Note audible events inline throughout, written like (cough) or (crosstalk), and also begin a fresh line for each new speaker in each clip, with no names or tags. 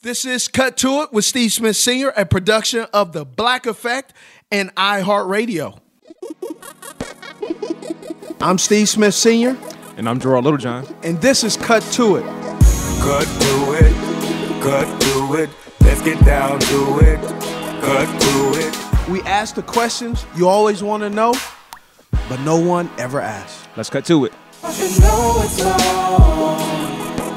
This is Cut to It with Steve Smith Sr., a production of The Black Effect and iHeartRadio. I'm Steve Smith Sr.,
And I'm Gerald Littlejohn.
and this is Cut to It.
Cut to it, cut to it, let's get down to it, cut to it.
We ask the questions you always want to know, but no one ever asks.
Let's cut to it.
You know it's on.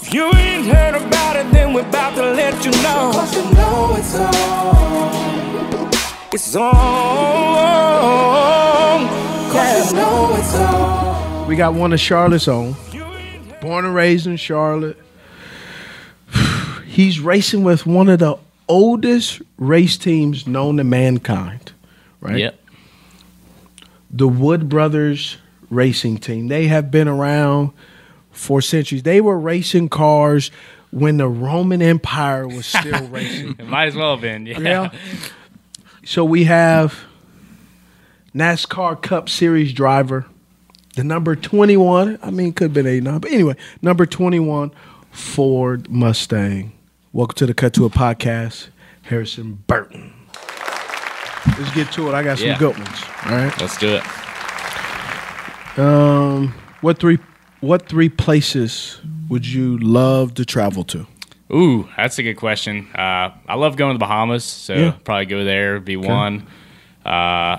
If you ain't heard about it, then we're about to let you know. Cause you know it's on. It's on. Cause you know it's on.
We got one of Charlotte's own, born and raised in Charlotte. (sighs) He's racing with one of the oldest race teams known to mankind, right?
Yep.
the Wood Brothers racing team. They have been around for centuries. They were racing cars when the Roman Empire was still racing.
It might as well have been. Yeah.
(laughs) Yeah. So we have NASCAR Cup Series driver, the number 21. I mean, could have been 89, but anyway, number 21, Ford Mustang. Welcome to the Cut to a Podcast, Harrison Burton. Let's get to it. I got some
Yeah.
good ones. All right.
Let's do it.
Um, what three what three places would you love to travel to?
Ooh, that's a good question. Uh, I love going to the Bahamas, so
Yeah.
probably go there would be one. Uh,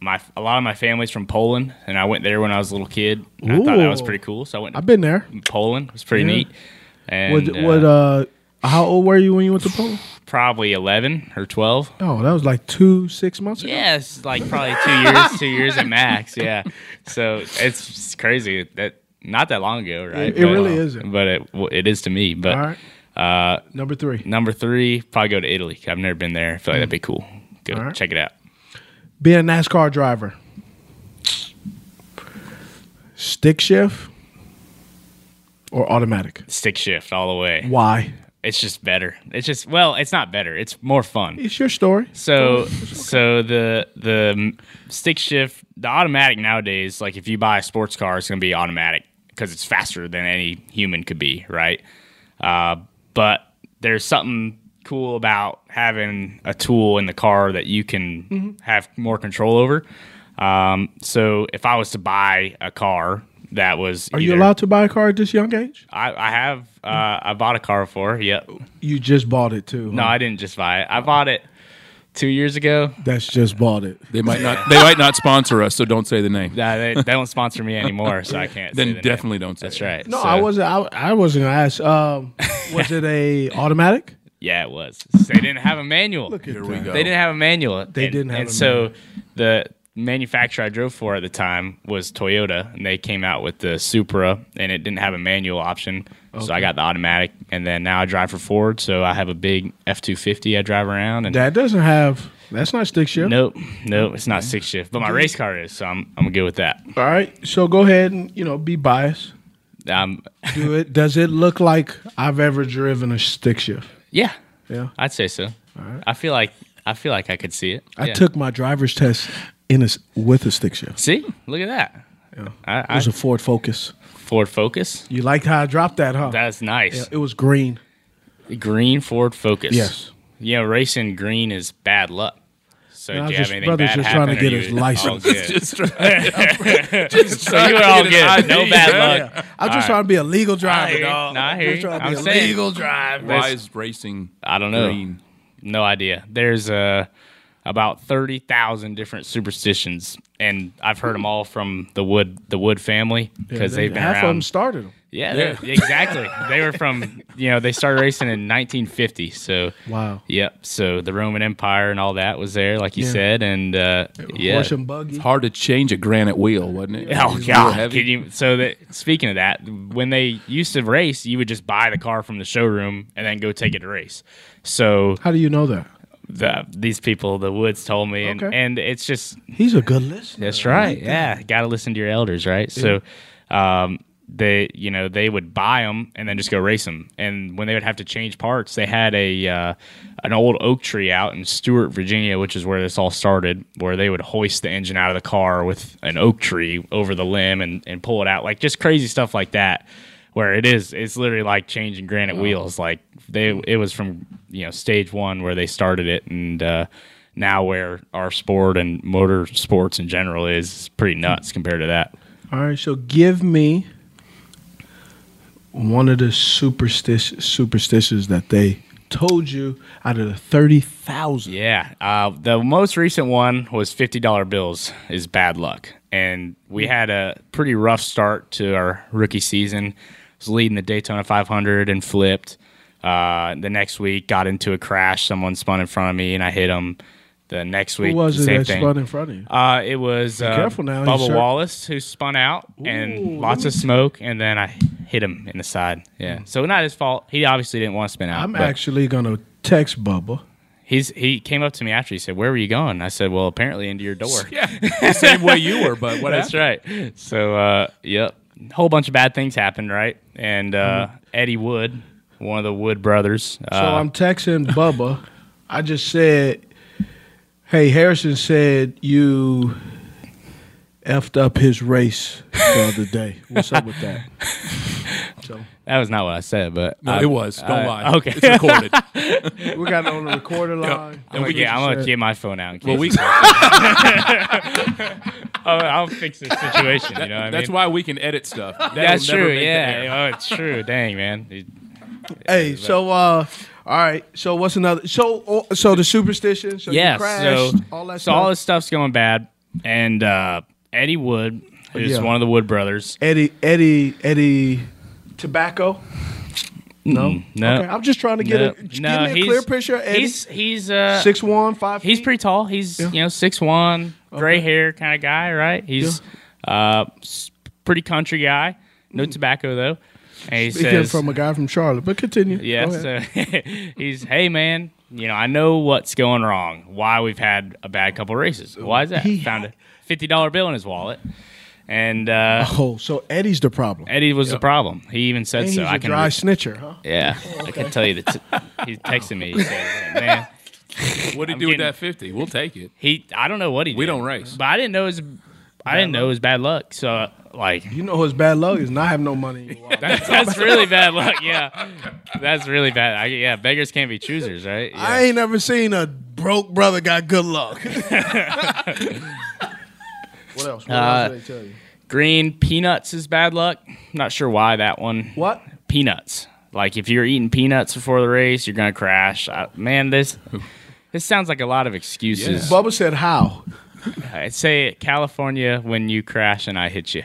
my a lot of my family's from Poland, and I went there when I was a little kid. And I thought that was
Ooh.
pretty cool, so I went. To
I've been there.
Poland. It was pretty
Yeah.
neat. And
What
uh,
what uh how old were you when you went to Poland?
probably eleven or twelve.
Oh, that was like two, six months ago.
Yes, like probably (laughs) two years, two years at max. Yeah, so it's just crazy that not that long ago, right?
It- it really isn't.
but it well, it is to me. But
All right.
uh,
Number three.
number three, probably go to Italy. 'cause I've never been there. I feel like that'd be cool. Go
Hmm. All right.
check it out.
Be a NASCAR driver. Stick shift or automatic?
Stick shift all the way.
Why?
It's just better. It's just well, it's not better. It's more fun.
It's your story.
So (laughs) so the the m- stick shift, the automatic nowadays, like if you buy a sports car, it's going to be automatic because it's faster than any human could be, right? Uh, but there's something cool about having a tool in the car that you can
Mm-hmm.
have more control over. Um, so if I was to buy a car that was,
Are you
either-
allowed Mm-hmm. to buy a car at this young age?
I, I have. Uh, I bought a car before. Yep.
You just bought it too.
No,
huh?
I didn't just buy it. I bought it two years ago.
that's just bought it.
They might not. They might not sponsor us, so don't say the name.
Nah, they, they don't sponsor me anymore, so
(laughs)
I can't. say
then
the
definitely
name.
don't say.
That's
it.
right.
No,
So-
I wasn't. I, I wasn't gonna ask. Um, was it
(laughs)
a automatic?
Yeah, it was. They didn't have a manual.
Here we go. (laughs)
They didn't have a manual. They
didn't have
And
a
so the manufacturer I drove for at the time was Toyota, and they came out with the Supra, and it didn't have a manual option. So I got the automatic, and then now I drive for Ford. So I have a big F two fifty I drive around, and
That doesn't have. That's not stick shift.
nope, nope, it's not six shift, but my race car is. So I'm I'm good with that.
All right. So go ahead and you know be biased.
Um,
Do it. Does it look like I've ever driven a stick shift?
yeah,
Yeah.
I'd say so. I feel like I feel like I could see it.
I
Yeah.
took my driver's test in a s with a stick shift.
See, look at that.
It
I, I,
was a Ford Focus.
Ford Focus.
You liked how I dropped that, huh?
That's
Yeah,
nice.
it was green.
Green Ford Focus.
Yes.
Yeah, racing green is bad luck. So
I
did
was
you
just-
have anything
brother's
bad
just
happen,
trying to
or
get
you
his
all
license. (laughs)
good?
Just (laughs) trying- just
so
trying
you
to
were
get
all
an
good. No
ID,
bad
man.
luck.
I'm
All
just
right.
trying to be a legal
I
driver,
hear you.
dog.
No, I hear
just
you.
trying to
I'm
be a
saying-
legal driver.
(laughs) Why is racing?
I don't know.
green?
No idea. There's uh, about thirty thousand different superstitions, and I've heard them all from the Wood the Wood family because
They-
they've been
half
around.
of them started them.
Yeah, they're- exactly. they were from you know they started racing in 1950. So
Wow.
Yep. So the Roman Empire and all that was there, like you
Yeah.
said, and uh, yeah.
Horse and buggy.
Hard to change a granite wheel, wasn't it? It
Oh
was real
God!
heavy.
Can you, so that speaking of that, when they used to race, you would just buy the car from the showroom and then go take it to race. So
How do you know that?
the, these people, the Woods, told me, and,
Okay.
and it's just
He's a good listener.
that's right. yeah, got to listen to your elders, right? So, um, they, you know, they would buy them and then just go race them. And when they would have to change parts, they had a uh, an old oak tree out in Stewart, Virginia, which is where this all started, where they would hoist the engine out of the car with an oak tree over the limb and and pull it out, like just crazy stuff like that. Where it is, it's literally like changing granite wheels. Like they, it was from you know stage one where they started it, and uh, now where our sport and motor sports in general is pretty nuts compared to that.
All right, so give me one of the superstitious superstitions that they told you out of the thirty thousand.
Yeah. Uh, the most recent one was $50 bills is bad luck. And we had a pretty rough start to our rookie season. was leading the Daytona 500 and flipped. Uh, the next week, got into a crash. Someone spun in front of me and I hit him. The next week,
Who was it
same
that
thing.
spun in front of you?
Uh, it was uh,
careful now,
Bubba
you sure-
Wallace who spun out and lots of smoke, and then I hit him in the side. Yeah,
Hmm.
so not his fault. He obviously didn't want to spin out.
I'm
Uh, but
actually gonna text Bubba.
he's he came up to me after. He said, "Where were you going?" I said, "Well, apparently into your door."
(laughs)
(laughs)
Yeah, the same way you were, but what
That's
happened?
right. So, uh, yep, whole bunch of bad things happened, right? And uh,
Mm-hmm.
Eddie Wood, one of the Wood brothers.
So
uh,
I'm texting Bubba. I just said, "Hey, Harrison said you effed up his race the other day. What's up with
(laughs)
that?" So
that was not what I said, but
No,
I-
it was. Don't
I-
lie.
Uh, Okay. (laughs)
it's recorded.
we got it on the recorder line.
I'm gonna, get, I'm gonna get my phone out. in
well,
case
we.
it's- (laughs) I'll, I'll fix this situation. you know, what I
That's
mean?
why we can edit (laughs) stuff. That'll
That's
never
true.
make the air.
Yeah. Oh, it's true. Dang, man. It-
Hey, so uh, all right. So what's another? So oh, so the superstition. So
yeah.
you crashed,
so
all that
so
stuff.
all this stuff's going bad, and uh, Eddie Wood, who's
Yeah.
one of the Wood brothers.
Eddie Eddie Eddie tobacco. No,
Mm, No.
Okay, I'm just trying to get
no,
a, give
no,
me a
he's-
clear picture. of Eddie
He's he's uh
six one five.
He's
feet.
pretty tall. He's you know six one, gray hair kind of guy, right? He's uh s- pretty country guy. No tobacco though. And he
Mm. Speaking
says
from a guy from Charlotte, but continue.
Yeah.
Go ahead.
So uh, (laughs) he's, hey man, you know, I know what's going wrong. Why we've had a bad couple races. Why is that?
He-
Found a fifty dollar bill in his wallet, and uh,
Oh, so Eddie's the problem.
Eddie was the problem. He even said
And he's
so.
a
I can,
dry snitcher, huh?
yeah, I can tell you that t- (laughs) he texted me. He said, man, I'm
What did he do with
getting-
that fifty? We'll take it.
he. I don't know what he. Did,
We don't race.
but I didn't know it was. I didn't know it was bad luck. So uh, like. (laughs)
You know his bad luck is not have no money. (laughs) In your wallet.
That's really bad luck. Yeah, that's really bad. I, yeah, beggars can't be choosers, right? Yeah.
I ain't never seen a broke brother got good
(laughs)
luck. what else? What else did
Uh,
they tell you?
Green peanuts is bad luck. Not sure why that one.
What?
Peanuts. Like if you're eating peanuts before the race, you're gonna crash. I, man, this this sounds like a lot of excuses.
Bubba said how?
I'd say California when you crash and I hit you.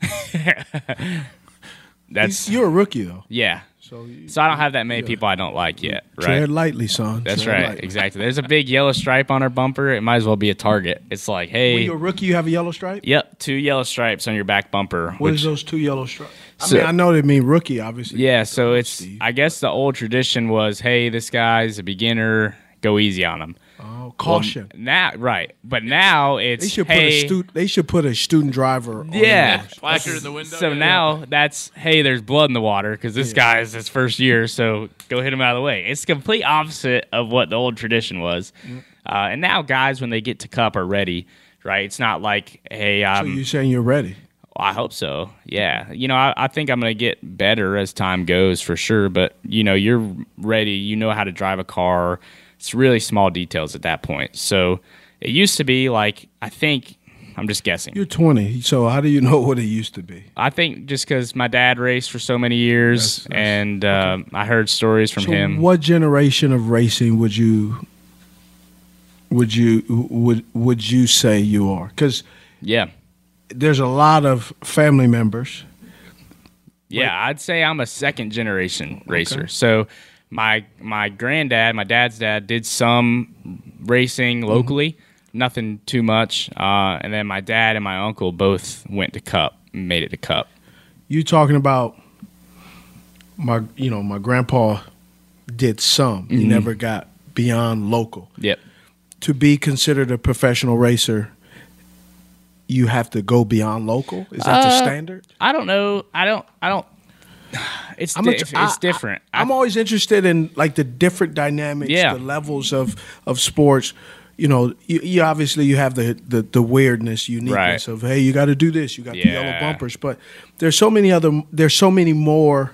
(laughs) That's
You're a rookie though.
yeah.
So you
So I don't have that many people I don't like yet, right?
tread lightly, son.
That's
Tread
right,
lightly.
exactly. There's a big yellow stripe on her bumper. It might as well be a target. It's like,
When
hey,
you're a rookie, you have a yellow stripe.
yep, two yellow stripes on your back bumper.
What is those two yellow stripes? I
So-
mean, I know they mean rookie, obviously.
Yeah, so it's I guess the old tradition was, hey, this guy's a beginner, go easy on him.
Oh, caution.
Now, right, but now it's
they should put
hey,
a student. They should put a student driver. On
yeah.
those.
Placard in the window.
So now that's hey, there's blood in the water because this guy is his first year, so go hit him out of the way. It's complete opposite of what the old tradition was,
Mm.
uh, and now guys when they get to cup are ready. Right, it's not like hey,
So
I'm,
you're saying you're ready?
I hope so. Yeah. You know, I, I think I'm going to get better as time goes for sure. But, you know, you're ready. You know how to drive a car. It's really small details at that point. So It used to be like I think I'm just guessing.
You're 20, so how do you know (laughs) what it used to be?
I think just because my dad raced for so many years, and um, I heard stories from
So
him.
what generation of racing would you would you would would you say you are? Because
Yeah,
there's a lot of family members.
yeah. I'd say I'm a second generation racer. So my my granddad, my dad's dad, did some racing
Mm-hmm.
locally, nothing too much. Uh, and then my dad and my uncle both went to Cup, and made it to Cup.
You talking about my you know my grandpa did some.
Mm-hmm.
He never got beyond local.
Yep.
To be considered a professional racer, you have to go beyond local. Is that the
Uh,
standard?
I don't know. I don't. I don't. (sighs) It's
a-
di- it's
I-
different.
I, am always interested in like the different dynamics,
Yeah.
the levels of of sports. You know, you, you obviously you have the the, the weirdness, uniqueness of
Right.
hey, you got to do this, you got the yellow
Yeah.
bumpers, but there's so many other there's so many more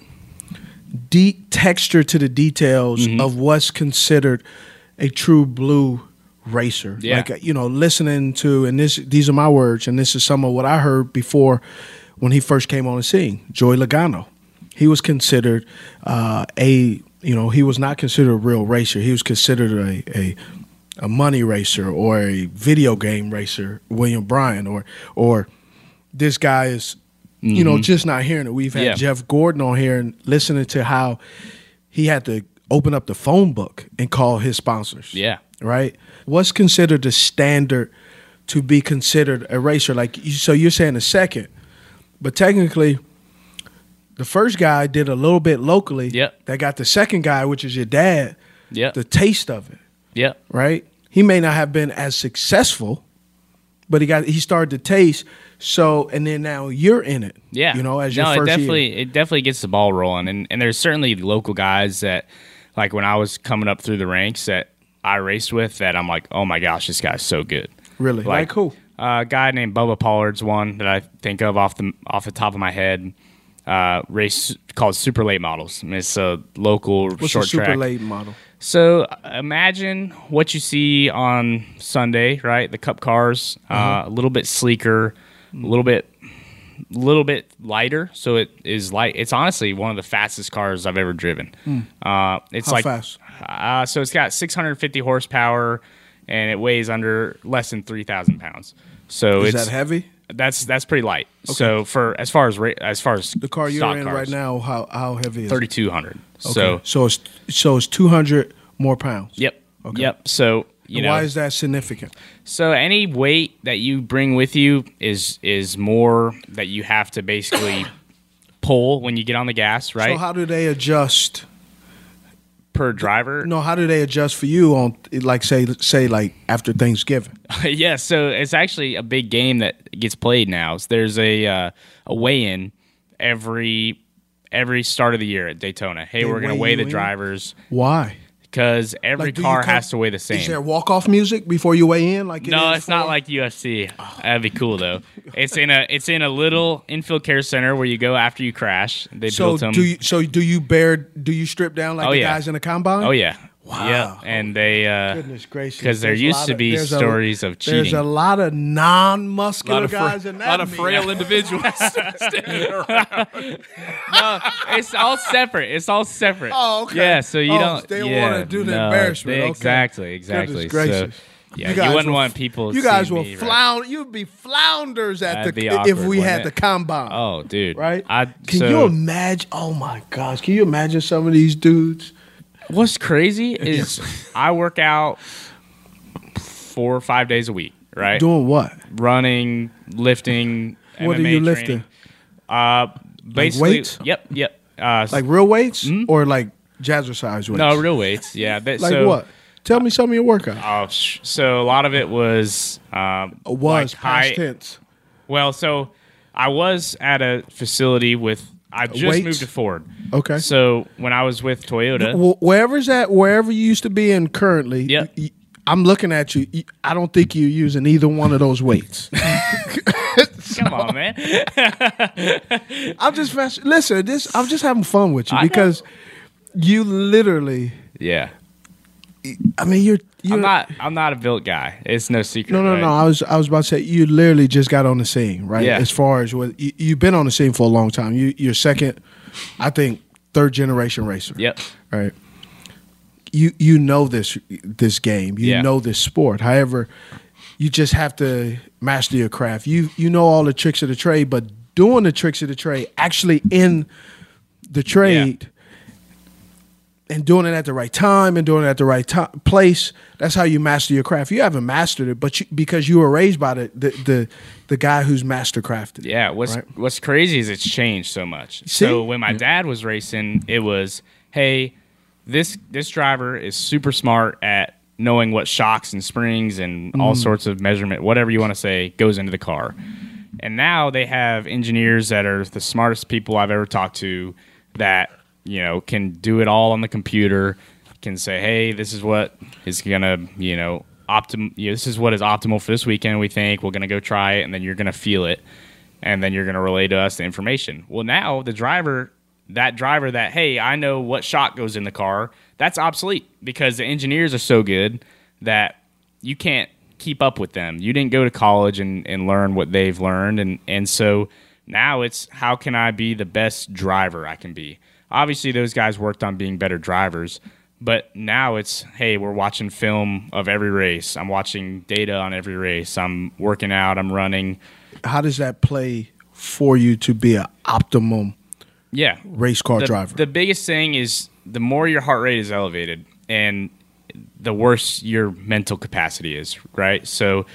deep texture to the details of what's considered a true blue racer.
Yeah.
Like you know, listening to and this these are my words, and this is some of what I heard before when he first came on the scene. Joy Logano, he was considered uh, a you know he was not considered a real racer. He was considered a a a money racer or a video game racer, William Bryan, or or this guy is you know just not hearing it. We've had
Mm-hmm. Yeah.
Jeff Gordon on here and listening to how he had to open up the phone book and call his sponsors
yeah.
right? What's considered the standard to be considered a racer? Like, you- so you're saying a second, but technically, the first guy did a little bit locally.
Yep.
That got the second guy, which is your dad,
Yep.
the taste of it,
yep.
right? He may not have been as successful, but he got he started to taste. So, and then now you're in it.
Yeah,
You know, as your
no,
first
it definitely
year.
it definitely gets the ball rolling, and and there's certainly local guys that like when I was coming up through the ranks that I raced with that I'm like, oh my gosh, this guy's so good. uh,
Really? Like who?
A guy named Bubba Pollard's one that I think of off the off the top of my head. Uh, race called Super Late Models. I mean, it's a local
What's
short
a super
track.
late model?
So uh, imagine what you see on Sunday, right? The cup cars, uh,
Mm-hmm.
a little bit sleeker, a little bit, little bit lighter. So it is light. It's honestly one of the fastest cars I've ever driven. Uh, it's
Hmm. How
like
fast?
Uh, so it's got 650 horsepower, and it weighs under less than 3,000 pounds. So
Is
it's
that heavy?
that's that's pretty light. So for as far as ra- as far as
The car you're
stock
in
cars,
right now, how how heavy is it?
3,200. So
so it's so it's two hundred more pounds.
yep, yep. So. You
And
know,
why is that significant?
So any weight that you bring with you is is more that you have to basically (coughs) pull when you get on the gas, right?
So how do they adjust?
per driver.
No, how do they adjust for you on like say say like after Thanksgiving?
(laughs) yeah, so it's actually a big game that gets played now. There's a uh, a weigh in every every start of the year at Daytona. Hey,
They
we're going to
weigh
weigh
you
the
in?
drivers
Why?
because every
Like, do you
car
come-
has to weigh the same.
Is there walk off music before you weigh in? Like it
No,
is
it's not
for-
like UFC. That'd be
(laughs)
cool though. It's in a it's in a little infield care center where you go after you crash. They
So
built them.
do you so do you bear do you strip down like
Oh,
the
yeah.
guys in the combine?
Oh yeah.
Wow.
Yeah, and they uh,
Goodness gracious!
because there
There's a
used
lot
to
of-
be
there's a-
stories of cheating.
There's a lot of non-muscular
lot of, fra-
guys in that.
lot of
meet. (laughs)
frail individuals (laughs) standing around.
it's all separate. It's all separate.
Oh, okay.
Yeah, so you
Oh,
don't.
they don't
yeah,
wanna do the
no,
embarrassment.
they-
Okay.
Exactly. Exactly.
Goodness gracious.
So, yeah, you, wouldn't
will-
want people.
You guys
seeing
will
me, right?
flound. You'd be flounders at
That'd
the
be
if
awkward,
we had
wouldn't
the
it?
combine.
Oh, dude.
right?
I,
can
so,
you imagine? Oh my gosh, can you imagine some of these dudes? (laughs)
What's crazy is I work out four or five days a week. Right.
Doing what?
Running, lifting.
What are
MMA
you
training.
lifting?
Uh, basically.
weights?
Yep. Yep. Uh,
Like real weights or like jazzercise weights?
no real weights. Yeah. That,
Like
so,
what? Tell me some of your workout.
Oh, sh- so a lot of it was um,
Was
like
past
high.
tense.
Well, so I was at a facility with. I just
Weights?
moved to Ford.
Okay.
So when I was with Toyota,
Wh- Wherever's that, wherever you used to be in currently,
Yeah.
y- y- I'm looking at you. y- I don't think you're using either one of those
(laughs)
weights.
(laughs) come
(laughs)
on, man.
I'm just mess- listen. This I'm just having fun with you
I know.
because you literally
yeah.
I mean, you're you're
I'm not. I'm not a built guy. It's no secret.
No, no,
right?
no. I was I was about to say you literally just got on the scene, right?
Yeah.
As far as what you, you've been on the scene for a long time. You you're second, I think third generation racer.
Yep.
Right. You you know this this game. You
Yeah.
know this sport. However, you just have to master your craft. You you know all the tricks of the trade, but doing the tricks of the trade actually in the trade and doing it at the right time and doing it at the right ti place. That's how you master your craft. You haven't mastered it, but you, because you were raised by the the the, the guy who's mastercrafted. it.
Yeah, what's
Right.
what's crazy is it's changed so much.
See?
So when my dad was racing, it was, hey, this this driver is super smart at knowing what shocks and springs and
Mm.
all sorts of measurement, whatever you want to say, goes into the car. And now they have engineers that are the smartest people I've ever talked to that, you know, can do it all on the computer, can say, hey, this is what is going to, you know, optim- you know, this is what is optimal for this weekend, we think. We're going to go try it, and then you're going to feel it and then you're going to relay to us the information. Well, now the driver, that driver that, hey, I know what shock goes in the car, that's obsolete because the engineers are so good that you can't keep up with them. You didn't go to college and, and learn what they've learned. And, and so now it's how can I be the best driver I can be? Obviously, those guys worked on being better drivers. But now it's hey, we're watching film of every race. I'm watching data on every race. I'm working out. I'm running.
How does that play for you to be an optimum
Yeah.
race car
the,
driver?
The biggest thing is the more your heart rate is elevated and the worse your mental capacity is, right? So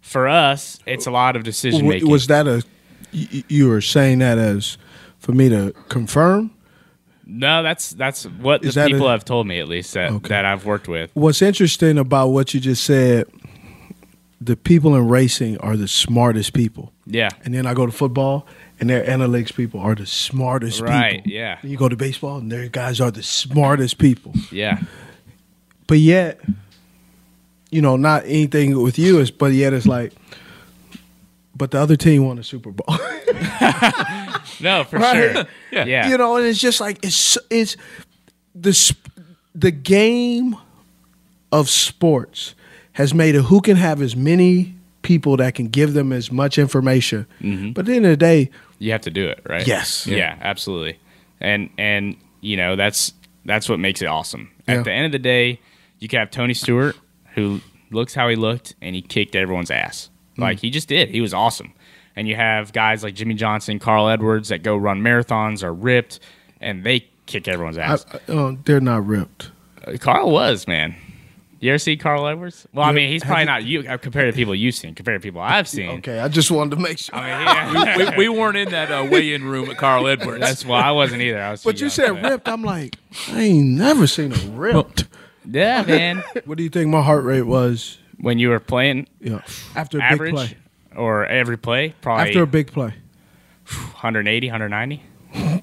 for us, it's a lot of decision
W-
making.
was that a you, you were saying that as for me to confirm?
no, that's that's what the
Is that
people
a-
have told me at least that, that I've worked with.
What's interesting about what you just said? The people in racing are the smartest people.
Yeah.
And then I go to football, and their analytics people are the smartest
Right,
people.
yeah.
And you go to baseball, and their guys are the smartest people. (laughs)
Yeah.
But yet, you know, not anything with you is. But yet, it's like, but the other team won a Super Bowl. (laughs)
No, for
Right. (laughs)
sure. Yeah.
you know, and it's just like it's it's the sp- the game of sports has made it who can have as many people that can give them as much information.
Mm-hmm.
But at the end of the day,
you have to do it, right?
Yes.
Yeah, absolutely. And and you know, that's that's what makes it awesome.
Yeah.
At the end of the day, you could have Tony Stewart who looks how he looked and he kicked everyone's ass.
Mm.
Like he just did. He was awesome. And you have guys like Jimmy Johnson, Carl Edwards that go run marathons are ripped and they kick everyone's
I,
ass.
I- uh, they're not ripped.
Uh, Carl was, man. You ever see Carl Edwards? Well, I mean, he's probably not you uh, compared to people you've seen, compared to people I've seen.
(laughs) Okay, I just wanted to make sure.
I mean, yeah.
we, we weren't in that uh, weigh-in room at Carl Edwards.
that's why I wasn't either. I was
(laughs)
too
but you
young
said
for that.
ripped. I'm like, I ain't never seen a ripped.
Yeah,
(laughs)
man.
what do you think my heart rate was?
when you were playing
You know, after a
average
big play.
or every play probably
After a big play,
180 190 well,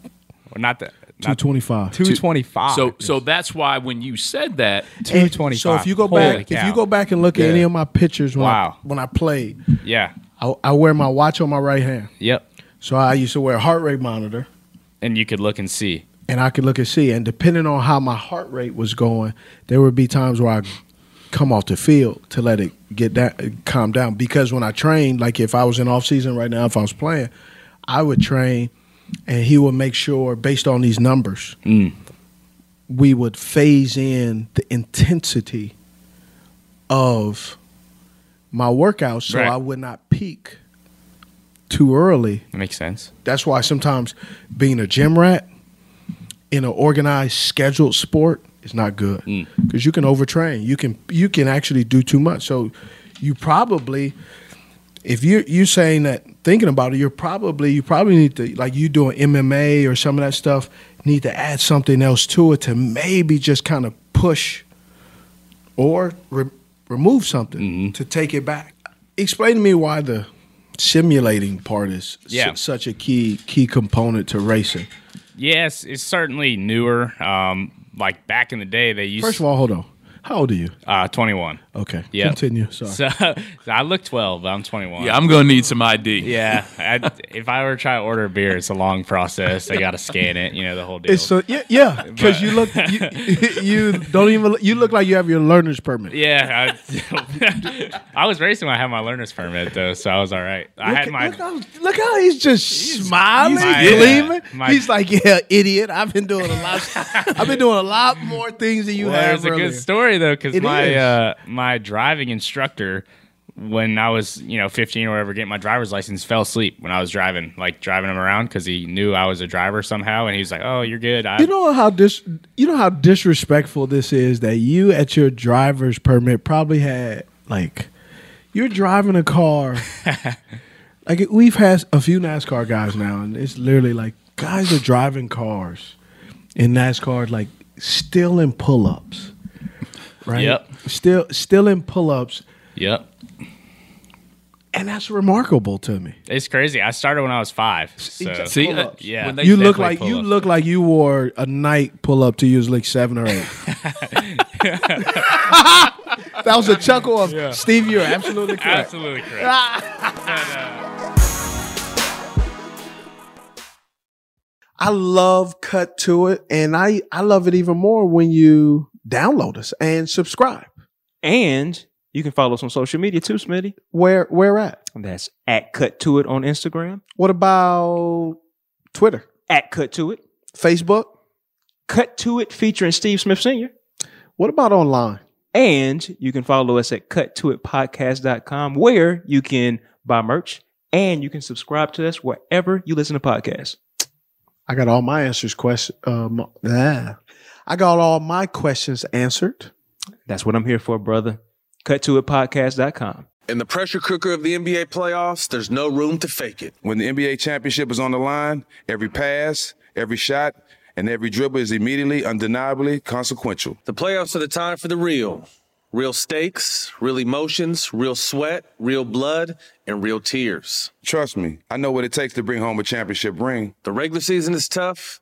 not that
two
not
twenty five.
225
So so that's why when you said that,
And
225.
So if you go
Holy
back, if
cow.
you go back and look at
Yeah.
any of my pictures when
Wow.
I, when I played,
yeah
I, I wear my watch on my right hand.
yep
So I used to wear a heart rate monitor,
and you could look and see
and I could look and see. And depending on how my heart rate was going, there would be times where I come off the field to let it get that calm down. Because when I trained, like if I was in off season right now, if I was playing, I would train, and he would make sure based on these numbers, we would phase in the intensity of my workouts so
Right.
I would not peak too early
that makes sense
that's why sometimes being a gym rat in an organized, scheduled sport is not good because you can overtrain. You can you can actually do too much. So you probably, if you you saying that thinking about it, you're probably you probably need to like you doing MMA or some of that stuff. Need to add something else to it to maybe just kind of push or re- remove something to take it back. Explain to me why the simulating part is su-
Yeah.
such a key key component to racing.
yes it's certainly newer um like back in the day they used
First of all, hold on. How old are you?
uh 21
Okay.
Yeah.
Continue. Sorry.
(laughs) So I look 12, but I'm 21.
Yeah, I'm gonna need some ID.
Yeah, I, if I were to try to order a beer, it's a long process. I got to scan it, you know, the whole deal.
It's so yeah, yeah. Because you look, you, (laughs) you don't even. look- You look like you have your learner's permit.
yeah, I, (laughs) I was racing when I had my learner's permit though, so I was all right. I
Look,
had my
look how, look how he's just smiling,
my-
gleaming.
yeah, my-
he's like, "Yeah, idiot. I've been doing a lot. I've been doing a lot more things than you
Well,
have."
there's a
earlier.
good story though, because
It
my
is.
uh, my driving instructor, when I was you know 15 or whatever, getting my driver's license, fell asleep when I was driving, like driving him around because he knew I was a driver somehow, and he was like, "Oh, you're good." I,
You know how dis you know how disrespectful this is that you at your driver's permit probably had like you're driving a car. like we've had a few NASCAR guys now, and it's literally like guys are driving cars in NASCAR like still in pull ups. Right?
Yep.
Still still in pull ups.
yep.
And that's remarkable to me.
It's crazy. I started when I was five. So.
See,
Pull
uh,
ups.
Yeah.
when they
You
say
look
play
like you
pull-ups.
look like you wore a night pull up to you was like seven or eight. (laughs) that was a chuckle of Steve. You're (laughs) absolutely correct.
Absolutely correct.
I love cut to it, and I I love it even more when you download us and subscribe.
And you can follow us on social media too, Smitty.
Where where at?
That's at Cut To It on Instagram,
What about Twitter,
at Cut To It,
Facebook?
Cut To It featuring Steve Smith Sr.
What about online?
And you can follow us at cuttoitpodcast.com where you can buy merch and you can subscribe to us wherever you listen to podcasts.
I got all my answers question. Um, ah. I got all my questions answered.
That's what I'm here for, brother. Cuttoitpodcast.com.
In the pressure cooker of the NBA playoffs, there's no room to fake it.
When the NBA championship is on the line, every pass, every shot, and every dribble is immediately, undeniably consequential.
The playoffs are the time for the real. Real stakes, real emotions, real sweat, real blood, and real tears.
Trust me, I know what it takes to bring home a championship ring.
The regular season is tough,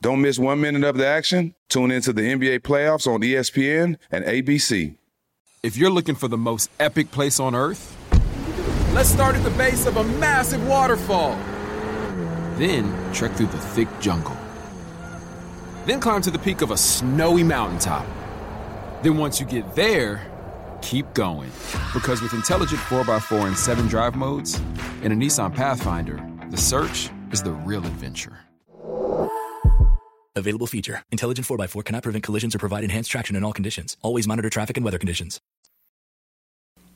Don't miss one minute of the action. Tune into the NBA playoffs on E ESPN and ABC.
If you're looking for the most epic place on earth, let's start at the base of a massive waterfall. Then trek through the thick jungle. Then climb to the peak of a snowy mountaintop. Then once you get there, keep going. Because with intelligent 4x4 and 7 drive modes and a Nissan Pathfinder, the search is the real adventure.
Available feature. Intelligent 4x4 cannot prevent collisions or provide enhanced traction in all conditions. Always monitor traffic and weather conditions.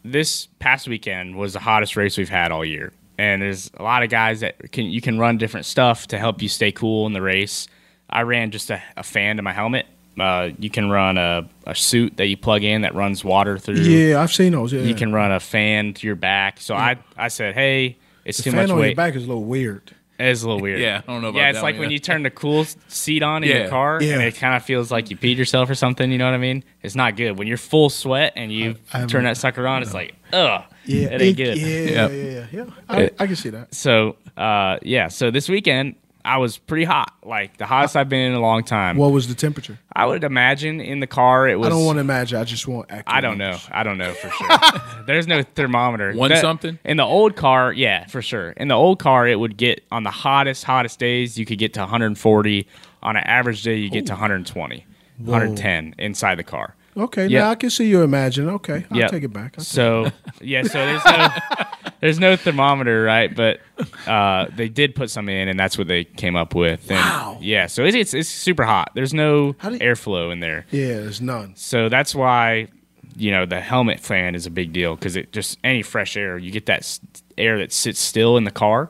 This past weekend was the hottest race we've had all year, and there's a lot of guys that can you can run different stuff to help you stay cool in the race. I ran just a, a fan to my helmet. Uh, you can run a, a suit that you plug in that runs water through.
Yeah, I've seen those. Yeah.
You can run a fan to your back. So I, I said, hey, it's too
fan
much
on
weight.
your back is a little weird.
It's a little weird.
Yeah, I don't know about
Yeah, it's
that
like
one,
when
yeah.
you turn the cool s- seat on in
Yeah.
your car,
Yeah.
and it kind of feels like you peed yourself or something. You know what I mean? It's not good when you're full sweat and you
I haven't-
turn that sucker on. It's like, ugh,
Yeah,
it ain't good.
Yeah,
Yeah.
yeah, yeah, yeah. I, I can see that.
So, uh, yeah. So this weekend I was pretty hot, like the hottest I've been in a long time.
What was the temperature?
I would imagine in the car it was.
I don't want to imagine. I just want. Accurate
I don't know.
numbers.
I don't know for sure. (laughs) There's no thermometer.
One
That-
something?
In the old car, yeah, for sure. In the old car, it would get on the hottest, hottest days, you could get to 140. On an average day, you get to 120, 110 inside the car.
Okay,
Yeah.
now I can see you imagine. Okay, I'll
Yeah.
take it back. I'll take
So yeah, so there's no (laughs) there's no thermometer, right? But uh, they did put some in, and that's what they came up with. And,
Wow.
Yeah, so it's it's, it's super hot. There's no
How do you-
airflow in there.
it. yeah, there's none.
So that's why, you know, the helmet fan is a big deal because it just any fresh air, you get that s- air that sits still in the car,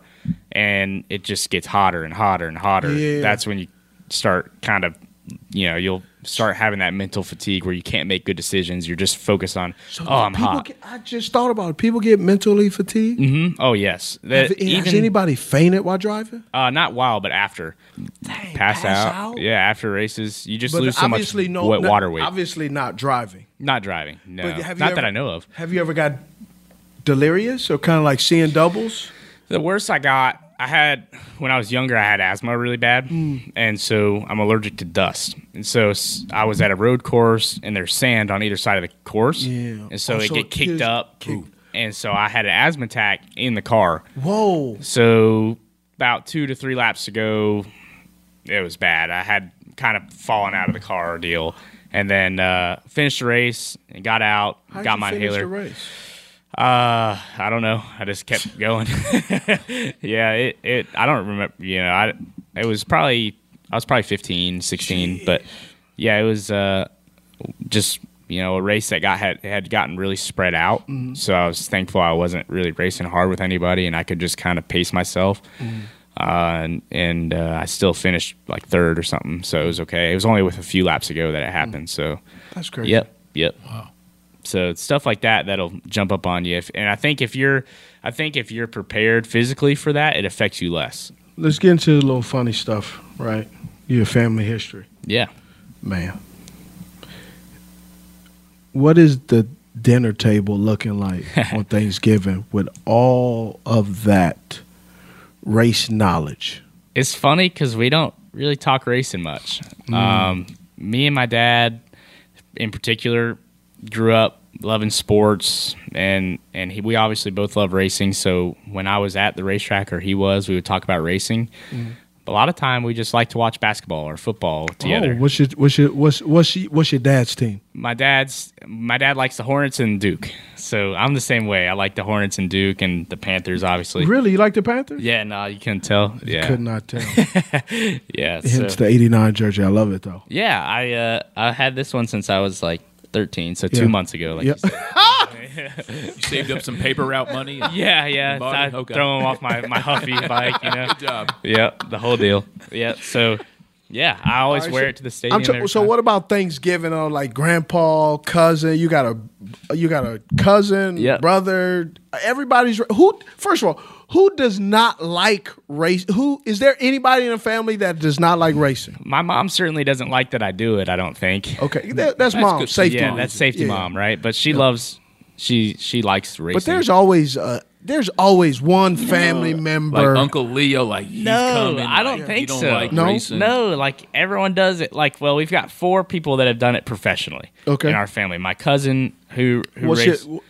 and it just gets hotter and hotter and hotter.
Yeah.
That's when you start kind of you know, you'll start having that mental fatigue where you can't make good decisions. You're just focused on, oh, I'm
people
hot.
Get, I just thought about it. People get mentally fatigued.
hmm Oh yes, that
Have- has
even
anybody fainted while driving?
uh, not while, but after pass,
pass
out.
out?
Yeah, after races, you just
But
lose so much
obviously, no,
wet
no-
water weight.
Obviously, not driving.
not driving. No,
But
not
have you
that
ever-
I know of.
Have you ever got delirious or kind of like seeing doubles?
The worst I got, I had when I was younger, I had asthma really bad,
Mm.
and so I'm allergic to dust. And so s- I was at a road course, and there's sand on either side of the course,
Yeah.
and so
Oh,
it
so
get
it
kicked
kills-
up,
kick-
and so I had an asthma attack in the car.
Whoa!
So about two to three laps ago, it was bad. I had kind of fallen out of the car deal, and then uh, finished the race and got out,
How'd
got
you
my
finish The
inhaler.
race?
Uh, I don't know. I just kept going. (laughs) yeah, it, it. I don't remember. You know, I. It was probably I was probably 15, 16, but yeah, it was uh, just you know a race that got had had gotten really spread out. So I was thankful I wasn't really racing hard with anybody, and I could just kind of pace myself. Uh, and and uh, I still finished like third or something, so it was okay. It was only with a few laps ago that it happened, so
That's crazy.
Yep. Yep. So it's stuff like that that'll jump up on you. If, and I think if you're, I think if you're prepared physically for that, it affects you less.
Let's get into a little funny stuff, right? Your family history,
Yeah.
man. What is the dinner table looking
(laughs)
like on Thanksgiving with all of that race knowledge?
It's funny because we don't really talk racing much. Um, me and my dad, in particular, grew up loving sports, and and he, we obviously both love racing. So when I was at the racetrack or he was, we would talk about racing. But a lot of time we just like to watch basketball or football together.
Oh, what's your what's your what's what's your, what's your dad's team?
my dad's my dad likes the Hornets and Duke, so I'm the same way. I like the Hornets and Duke and the Panthers, obviously.
Really, you like the Panthers?
Yeah, no, you couldn't tell. Yeah,
Could not
(laughs)
tell.
yeah. So,
Hence the '89 jersey. I love it though.
yeah, I uh, I had this one since I was like 13, so two
Yeah.
months ago. Like,
Yep.
you said.
(laughs)
You saved up some paper route money.
(laughs)
and-
yeah, yeah.
You
So
bought
I
it? Okay.
throw him off my my Huffy bike, you know.
Good job.
Yeah, the whole deal. Yeah, so yeah, I always
All right,
wear
so-
it to the stadium.
I'm t-
every
so
time.
what about Thanksgiving on like grandpa, cousin? You got a you got a cousin,
Yeah.
brother. Everybody's who first of all, who does not like race who is there anybody in the family that does not like racing?
My mom certainly doesn't like that I do it. I don't think.
Okay. That, that's, mom,
good.
safety.
yeah,
mom.
that's safety
Yeah.
mom, right? But she loves she she likes racing.
But there's always uh there's always one family
Like
member.
Uncle Leo, like he's
no,
coming,
Oh, I
like,
don't
you
think
don't
so.
Like
No?
racing.
no, like everyone does it. Like, well, we've got four people that have done it professionally.
Okay.
in our family, my cousin who who
what's
races.
your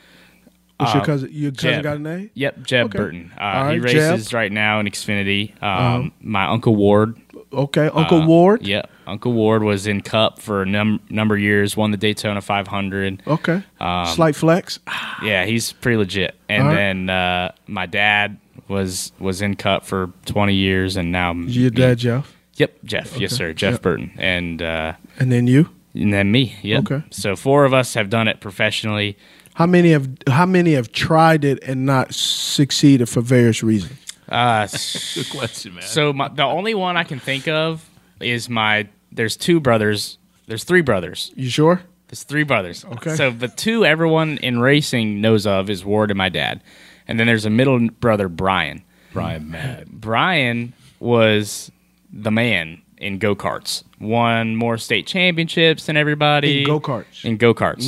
what's your cousin your cousin
Jeb.
got a name?
Yep, Jeb
Okay.
Burton. Uh,
All
he
right, Jeb.
races right now in Xfinity. Um, My uncle Ward.
Okay, Uncle Ward.
Yep, Uncle Ward was in Cup for a num- number of years. Won the Daytona 500.
Okay. Slight flex.
Yeah, he's pretty legit. And
All right.
then uh, my dad was was in Cup for 20 years, and now
Your dad, Jeff.
Yep, Jeff. Yes, sir. Jeff Burton. And uh,
And then you?
and then me. Yep.
Okay.
So four of us have done it professionally.
How many have how many have tried it and not succeeded for various reasons?
Uh, s-
Good question, man.
so my, the only one I can think of is my. There's two brothers. There's three brothers.
You sure?
There's three brothers.
Okay.
So the two everyone in racing knows of is Ward and my dad, and then there's a middle brother Brian.
Brian Mad.
Brian was the man in go karts. Won more state championships than everybody.
In go-karts.
In go karts.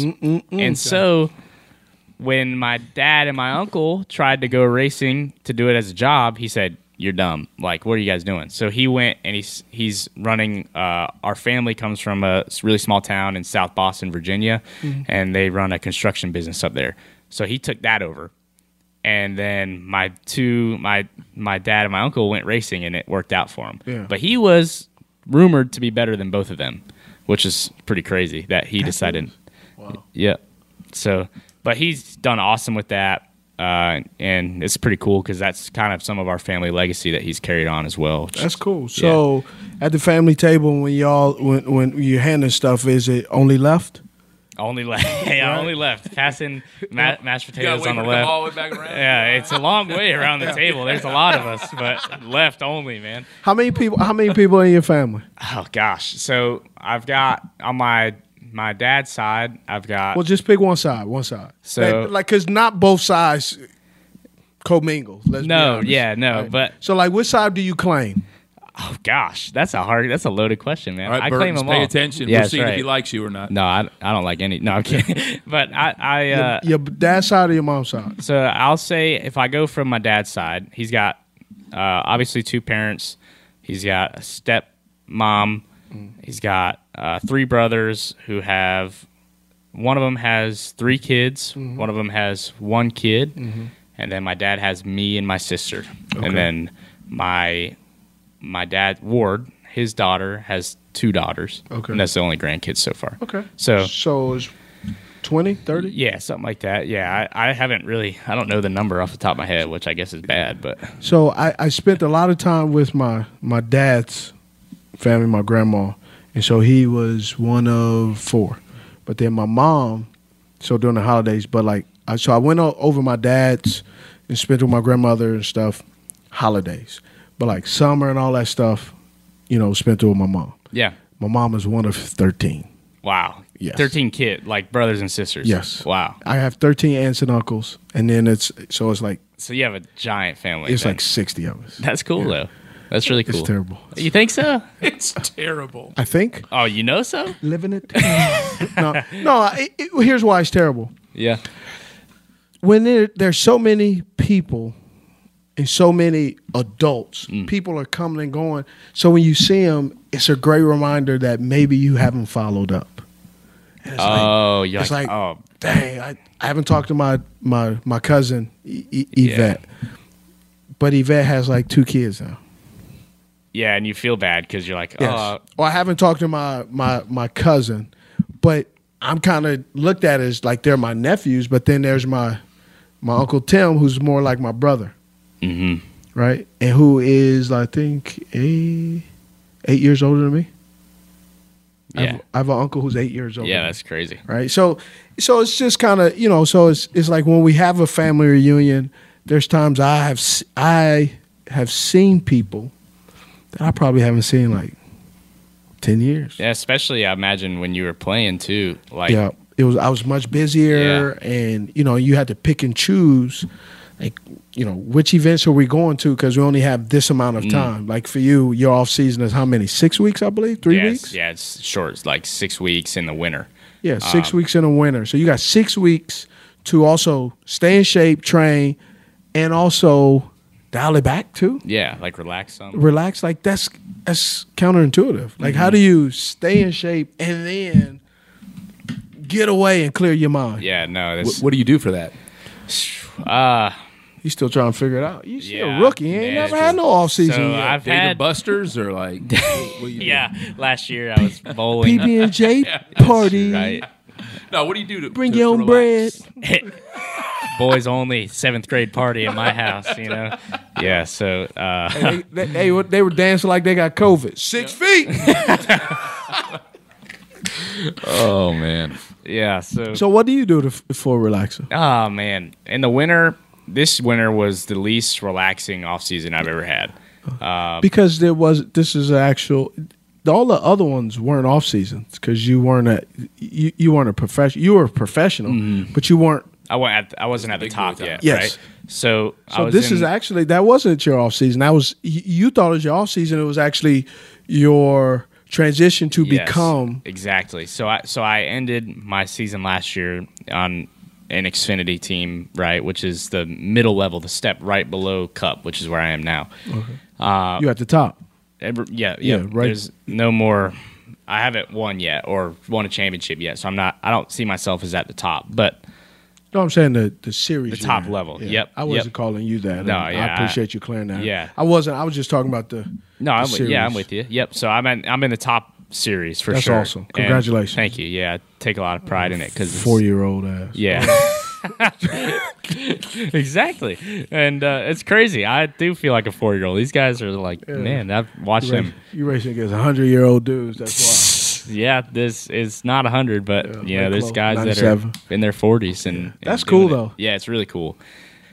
And so when my dad and my uncle tried to go racing to do it as a job, he said, "You're dumb. Like, what are you guys doing?" So he went and he's he's running. Uh, our family comes from a s- really small town in South Boston, Virginia, and they run a construction business up there. So he took that over and then my two my my dad and my uncle went racing and it worked out for him.
Yeah.
But he was rumored to be better than both of them, which is pretty crazy that he decided. Wow. Yeah. So, but he's done awesome with that. Uh, and it's pretty cool because that's kind of some of our family legacy that he's carried on as well. which-
That's cool. So at the family table when y'all when when you're handing stuff, is it only left?
Only (laughs) left. yeah, only left.
(laughs)
Passing ma- mashed
gotta
potatoes
wait
on the
for them
left.
all the way back around.
Yeah, it's a long way around the table. There's a lot of us,
(laughs)
but left only, man.
How many people? How many people in your family?
Oh gosh. So I've got on my my dad's side, I've got
Well, just pick one side. One side.
So-
That- like, cause not both sides commingle. Let's be
no,
honest.
yeah, no, but
So, like, which side do you claim?
oh gosh, that's a hard, that's a loaded question, man.
All right,
I claim
Burton's,
them
pay
all.
attention.
Yeah,
we'll
that's
see if he
right.
likes you or not.
No, I, I don't like any. No, I'm kidding. (laughs) but I, I uh,
your dad's side or your mom's side?
so I'll say if I go from my dad's side, he's got uh, obviously two parents. He's got a step mom.
Mm.
He's got uh, three brothers who have one of them has three kids.
Mm-hmm.
One of them has one kid, and then my dad has me and my sister, and then my my dad Ward, his daughter has two daughters.
Okay.
and that's the only grandkids so far.
Okay.
so
So it's 20, 30?
yeah, something like that. Yeah, I, I haven't really, I don't know the number off the top of my head, which I guess is bad, but
So I, I spent a lot of time with my my dad's family, my grandma, and so he was one of four. But then my mom, so during the holidays, but like I, so I went o- over my dad's and spent with my grandmother and stuff, holidays. But like summer and all that stuff, you know, spent with my mom.
yeah.
My mom is one of thirteen.
Wow.
Yes.
13 kid, like brothers and sisters.
Yes.
Wow.
I have thirteen aunts and uncles, and then it's so it's like
So you have a giant family.
it's
then.
like sixty of us.
that's cool, though. That's really cool.
It's terrible.
You think so?
(laughs) It's terrible.
I think.
Oh, you know so?
living
(laughs)
it. no, no. It, it- here's why it's terrible.
Yeah.
When there, there's so many people and so many adults,
Mm.
people are coming and going. So when you see them, it's a great reminder that maybe you haven't followed up. And it's like-
Oh, you're
it's
like,
like,
oh,
dang, I, I haven't talked to my my my cousin Y- Y- Yvette, but Yvette has like two kids now.
yeah. And you feel bad because you're like,
Yes.
oh,
or I haven't talked to my my my cousin, but I'm kind of looked at as like they're my nephews. But then there's my my uncle Tim, who's more like my brother, mm-hmm. right? And who is I think eight eight years older than me. I
yeah.
have, I have an uncle who's eight years older.
Yeah,
than me
that's crazy.
right? So, so it's just kind of you know, so it's it's like when we have a family reunion, there's times I have s- I have seen people that I probably haven't seen in, like ten years.
Yeah, especially I imagine when you were playing too. Like,
Yeah, it was I was much busier, and you know you had to pick and choose. Like you know, which events are we going to? Because we only have this amount
Mm.
of time. Like for you, your off season is how many? Six weeks, I believe. Three
yeah, it's-
weeks.
Yeah, it's short. It's like six weeks in the winter.
Yeah,
Um,
six weeks in the winter. So you got six weeks to also stay in shape, train, and also dial it back too.
Yeah, like relax some.
Relax. Like that's that's counterintuitive. Like
Mm-hmm.
how do you stay in shape and then get away and clear your mind?
Yeah, no, that's,
What, what do you do for that?
Ah.
He's still trying to figure it out. You still
Yeah,
a rookie. You ain't
man,
never
it's
had no offseason
so
yet.
I've
Dave
had
and Buster's
(laughs)
or like? what do you do?
Yeah, last year I was bowling.
PB and
(laughs)
J (laughs) party.
Right,
No, what do you do to
Bring
to-
your
to
own bread.
relax?
boys only seventh grade party in my house. You know, yeah. So uh,
They, they, they were- they were dancing like they got COVID. Six
(laughs)
feet.
Oh man,
yeah, so,
so what do you do to, for relaxing?
oh man, in the winter, this winter was the least relaxing off season I've ever had.
because there was this is an actual all the other ones weren't off seasons because you weren't a you, you weren't a professional you were a professional
Mm-hmm.
but you weren't
I went at, I wasn't at the top yet.
Yes.
Right? So I
so
was
this
in-
is actually that wasn't your off season that was you- you thought it was your off season it was actually your transition to
Yes,
become
exactly. So I so I ended my season last year on an Xfinity team, right, which is the middle level, the step right below Cup, which is where I am now. Uh,
you at the top
Every, yeah,
Yeah,
yeah,
right.
right. There's no more. I haven't won yet or won a championship yet, so I'm not. I don't see myself as at the top, but
no I'm saying the the series
The
you're
top
in.
level.
Yeah.
Yep,
I wasn't
yep.
calling you that and
No,
I
yeah, I-
appreciate you clearing that
yeah.
I wasn't I was just talking about the
no, I'm
the
with, yeah, I'm
series.
with you. Yep. So I'm in, I'm in the top series for
That's
sure.
awesome.
And
Congratulations.
thank you. Yeah, I take a lot of pride in it because
four year old ass
Yeah. (laughs) exactly. And uh, it's crazy. I do feel like a four year old. These guys are like, man, I've watched
you
them.
racing, you racing against hundred year old dudes that's why
yeah, this is not 100, but yeah,
pretty
there's
close.
guys that
97.
are in their 40s. And, and
That's cool,
doing it.
though.
Yeah, it's really cool.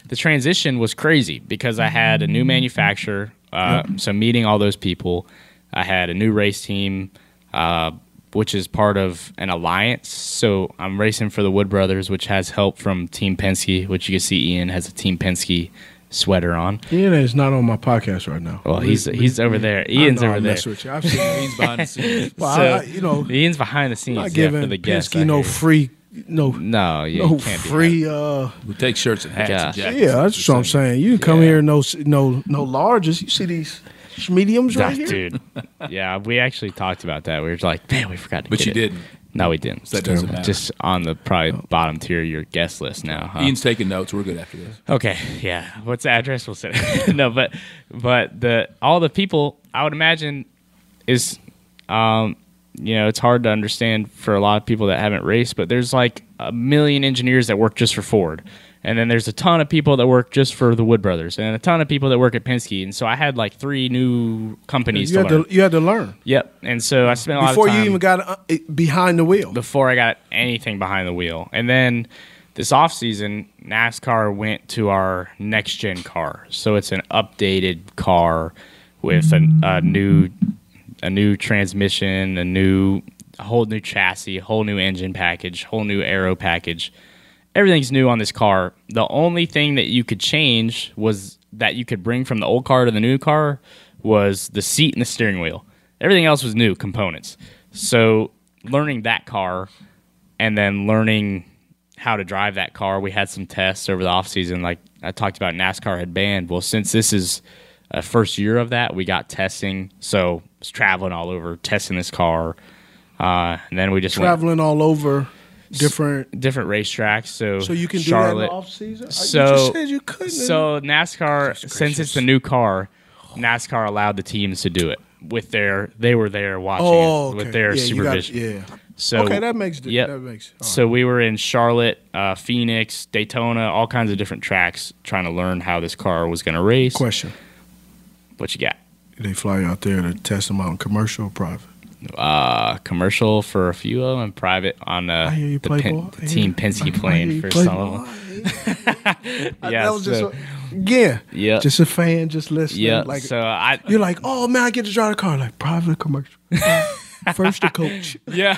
The transition was crazy because I had a
Mm-hmm.
new manufacturer, uh, so meeting all those people. I had a new race team, uh, which is part of an alliance. So I'm racing for the Wood Brothers, which has help from Team Penske, which you can see Ian has a Team Penske sweater on.
Ian is not on my podcast right now.
Well, he's he's over there. Ian's
I know I
over there.
mess With you. I've seen
He's behind the scenes.
(laughs)
(laughs)
Well, I- I- you know,
Ian's behind the
not
scenes yeah,
giving
for the guests. I
Penske no
hear.
free, no,
no, yeah,
no
you can't do (laughs) that.
free. Uh,
We take shirts and hats and
Gosh.
jackets.
yeah, that's what I'm saying. You come
Yeah.
here, no, s- no, no larges. You see these mediums right here.
dude. (laughs) yeah, we actually talked about that. We were like, man, we forgot to.
But
get
you
it."
didn't.
No, we didn't.
So that doesn't Oh. matter.
Just on the probably bottom tier of your guest list now. Huh?
Ian's taking notes. We're good after this.
Okay, yeah. What's the address? We'll send. it. (laughs) no, but but the all the people I would imagine is, um, you know, it's hard to understand for a lot of people that haven't raced. But there's like a million engineers that work just for Ford, and then there's a ton of people that work just for the Wood Brothers, and a ton of people that work at Penske. And so I had like three new companies.
You
to
had
learn.
to, you had to learn
Yep. And so I spent a lot
before
of time
you even got uh, it- behind the wheel.
before I got anything behind the wheel. And then this off season, NASCAR went to our next gen car. So it's an updated car with a, a new a new transmission, a new a whole new chassis, whole new engine package, whole new aero package. Everything's new on this car. The only thing that you could change was that you could bring from the old car to the new car was the seat and the steering wheel. Everything else was new components. So learning that car and then learning how to drive that car. We had some tests over the off season, like I talked about. NASCAR had banned. Well, since this is a first year of that, we got testing. So was traveling all over, testing this car, uh, and then we just went
traveling all over different.
different racetracks. So
So you can do that in
Charlotte.
the off season.
So
you just said you couldn't.
So NASCAR, since it's the new car, NASCAR allowed the teams to do it with their. They were there watching
oh,
it
okay.
with their
yeah, you got-
supervision.
yeah.
So
Okay, that makes di-
yep.
that makes- all
So we were in Charlotte, uh, Phoenix, Daytona, all kinds of different tracks, trying to learn how this car was going to race.
Question:
What you got?
They fly you out there to test them out in commercial or private?
Uh, commercial for a few of them, and private on uh,
I hear you
the,
play
Pen-
ball.
the
I hear
team
you- (laughs) I
Penske
hear
plane
you
for
play
some
ball.
of them.
(laughs) I-
Yeah,
that was just
so-
a- again,
Yeah.
just a fan, just listening.
Yeah.
like
so I.
you're like, oh man, I get to drive the car, like private or
(laughs)
commercial. First the coach.
Yeah.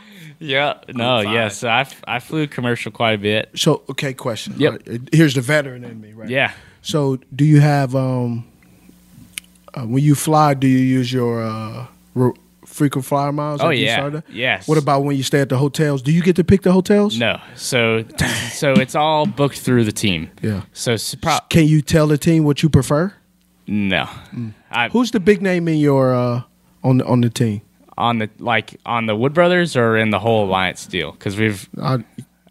(laughs) yeah. No. Yeah. So I, f- I flew commercial quite a bit.
So okay, question.
Yep.
All right, Here's the veteran in me, right?
Yeah.
So do you have um, uh, when you fly, do you use your uh, re- frequent flyer miles?
Oh,
like you
yeah.
started?
Yes.
What about when you stay at the hotels? Do you get to pick the hotels?
No. So so it's all booked through the team.
Yeah.
So s- pro-
Can you tell the team what you prefer?
no.
Mm.
I,
Who's the big name in your uh, on the, on the team?
on the like on the Wood Brothers or in the whole alliance deal? Because we've
I,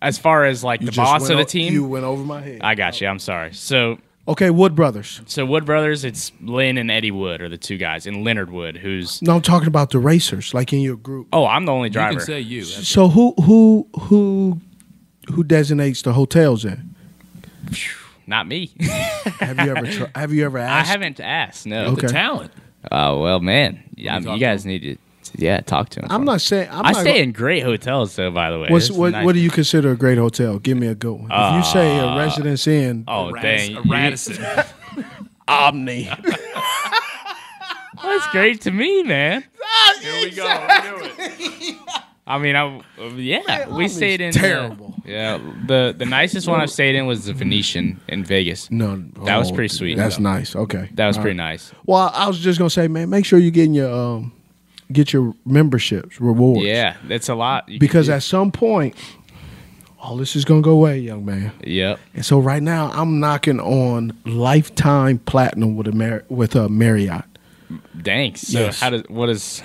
as far as like the
just
boss
went
of
o-
the team.
You went over my head.
I got you. I'm sorry. So
okay, Wood Brothers.
so Wood Brothers, it's Lynn and Eddie Wood are the two guys, and Leonard Wood, who's
No, I'm talking about the racers, like in your group.
oh I'm the only driver.
You can say you.
So who who who who designates the hotels in? (laughs)
Not me.
Have you ever tr- (laughs) have you ever
I
asked?
haven't asked. No.
Okay.
The talent.
Oh well, man. Yeah,
talk
you
to
guys need to yeah talk to him.
I'm not saying I'm
I
not
stay
go-
in great hotels though. By the way,
(laughs) What's,
It's
what
nice.
what do you consider a great hotel? Give me a good one. if you say a residence inn,
Uh, Oh dang, you-
Radisson.
(laughs)
Omni.
that's great to
(laughs)
me, man.
Ah,
Here we go. We do it. (laughs) I mean, I uh, yeah, we stayed in
terrible.
The, yeah, the the nicest one I've stayed in was the Venetian in Vegas.
No,
That was
oh,
pretty sweet.
That's nice. Okay,
That was
All
pretty
right.
nice.
Well, I was just gonna say, man, make sure you getting your um, get your memberships rewards.
Yeah, that's a lot. you can
because
do.
at some point, all this is gonna go away, young man.
yep.
And so right now, I'm knocking on lifetime platinum with a Mar- with a Marriott.
Dang. So
Yes.
how does what is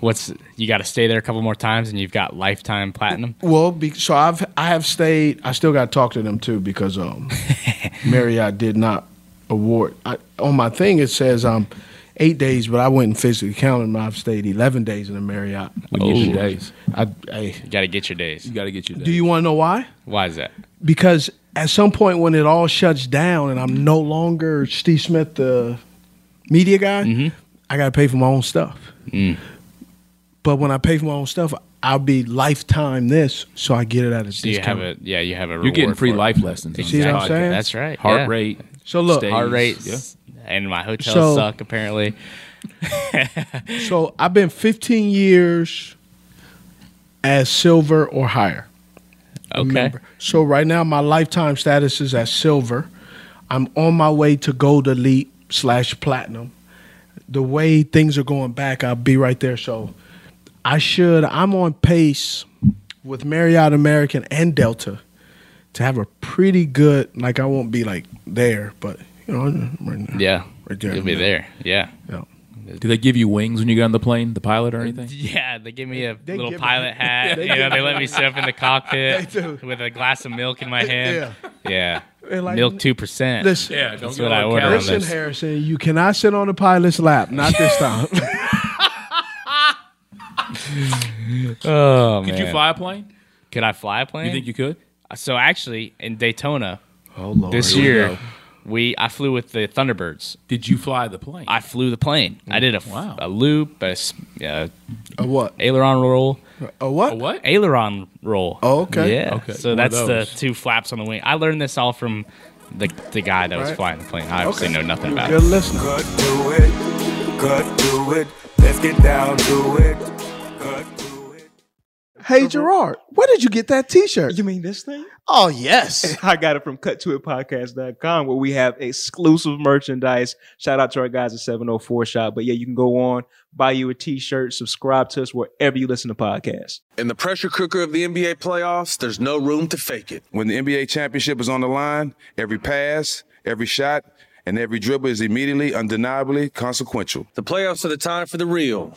what's you got to stay there a couple more times and you've got lifetime platinum.
Well, be, so I've I have stayed. I still got to talk to them too because um, Marriott did not award. I, on my thing, it says um, eight days, but I went and physically counted them. I've stayed eleven days in a Marriott. Oh.
We need your days.
I, I,
You got to get your days.
You got to get your days.
do you want to know why?
Why is that?
Because at some point when it all shuts down and I'm no longer Steve Smith,
Mm-hmm. Mm.
the media guy, I got to pay for my own stuff. But when I pay for my own stuff, I'll be lifetime this, so I get it at a
Do you have
discount.
a yeah? You have a.
You're getting
reward
free
for it.
life lessons. on
See
this
what I'm
podcast.
saying?
That's right.
Heart
yeah.
rate.
So look,
stays,
Heart rates.
yeah.
And my hotels
So-
suck apparently.
So I've been 15 years as silver or higher.
Okay.
Remember. So right now my lifetime status is at silver. I'm on my way to gold elite slash platinum. The way things are going back, I'll be right there. So I should I'm on pace with Marriott American and Delta to have a pretty good like I won't be like there, but you know, I'm right now.
Yeah.
Right there.
You'll be there. Yeah.
Yeah.
Do they give you wings when you get on the plane, the pilot or anything?
Yeah, they give me a
They
little
give- (laughs)
pilot hat.
they
you know,
give-
they let me sit up in the
(laughs)
cockpit
They do.
with a glass of milk
(laughs)
in my hand. Yeah.
And, like,
milk two percent.
Listen,
Yeah, don't
That's
go
what I
on
order on
calories.
listen,
this.
Harrison, you cannot sit on the pilot's lap. Not this
(laughs)
time.
Oh,
Could you fly a plane?
Could I fly a plane?
You think you could?
so actually, in Daytona
oh Lord.
this year, we I flew with the Thunderbirds.
Did you fly the plane?
I flew the plane. I did a, f-
Wow.
a loop, a, s- uh
A what?
aileron roll,
A what?
A what?
aileron roll.
Oh, okay.
Yeah.
Okay,
So
one of
that's the
those.
two flaps on the wing. I learned this all from the the guy that was
Right.
flying the plane. I obviously
Okay.
know nothing
You're a
about
Good
it.
listener.
Cut to it, cut to it, let's get down to it, cut to it.
Hey Gerard, where did you get that T-shirt?
You mean this thing?
oh yes,
(laughs) I got it from cuttoitpodcast.com where we have exclusive merchandise. Shout out to our guys at 704 Shop. But yeah, you can go on, buy you a t shirt, subscribe to us wherever you listen to podcasts.
In the pressure cooker of the NBA playoffs, there's no room to fake it.
When the NBA championship is on the line, every pass, every shot, and every dribble is immediately, undeniably consequential.
The playoffs are the time for the real.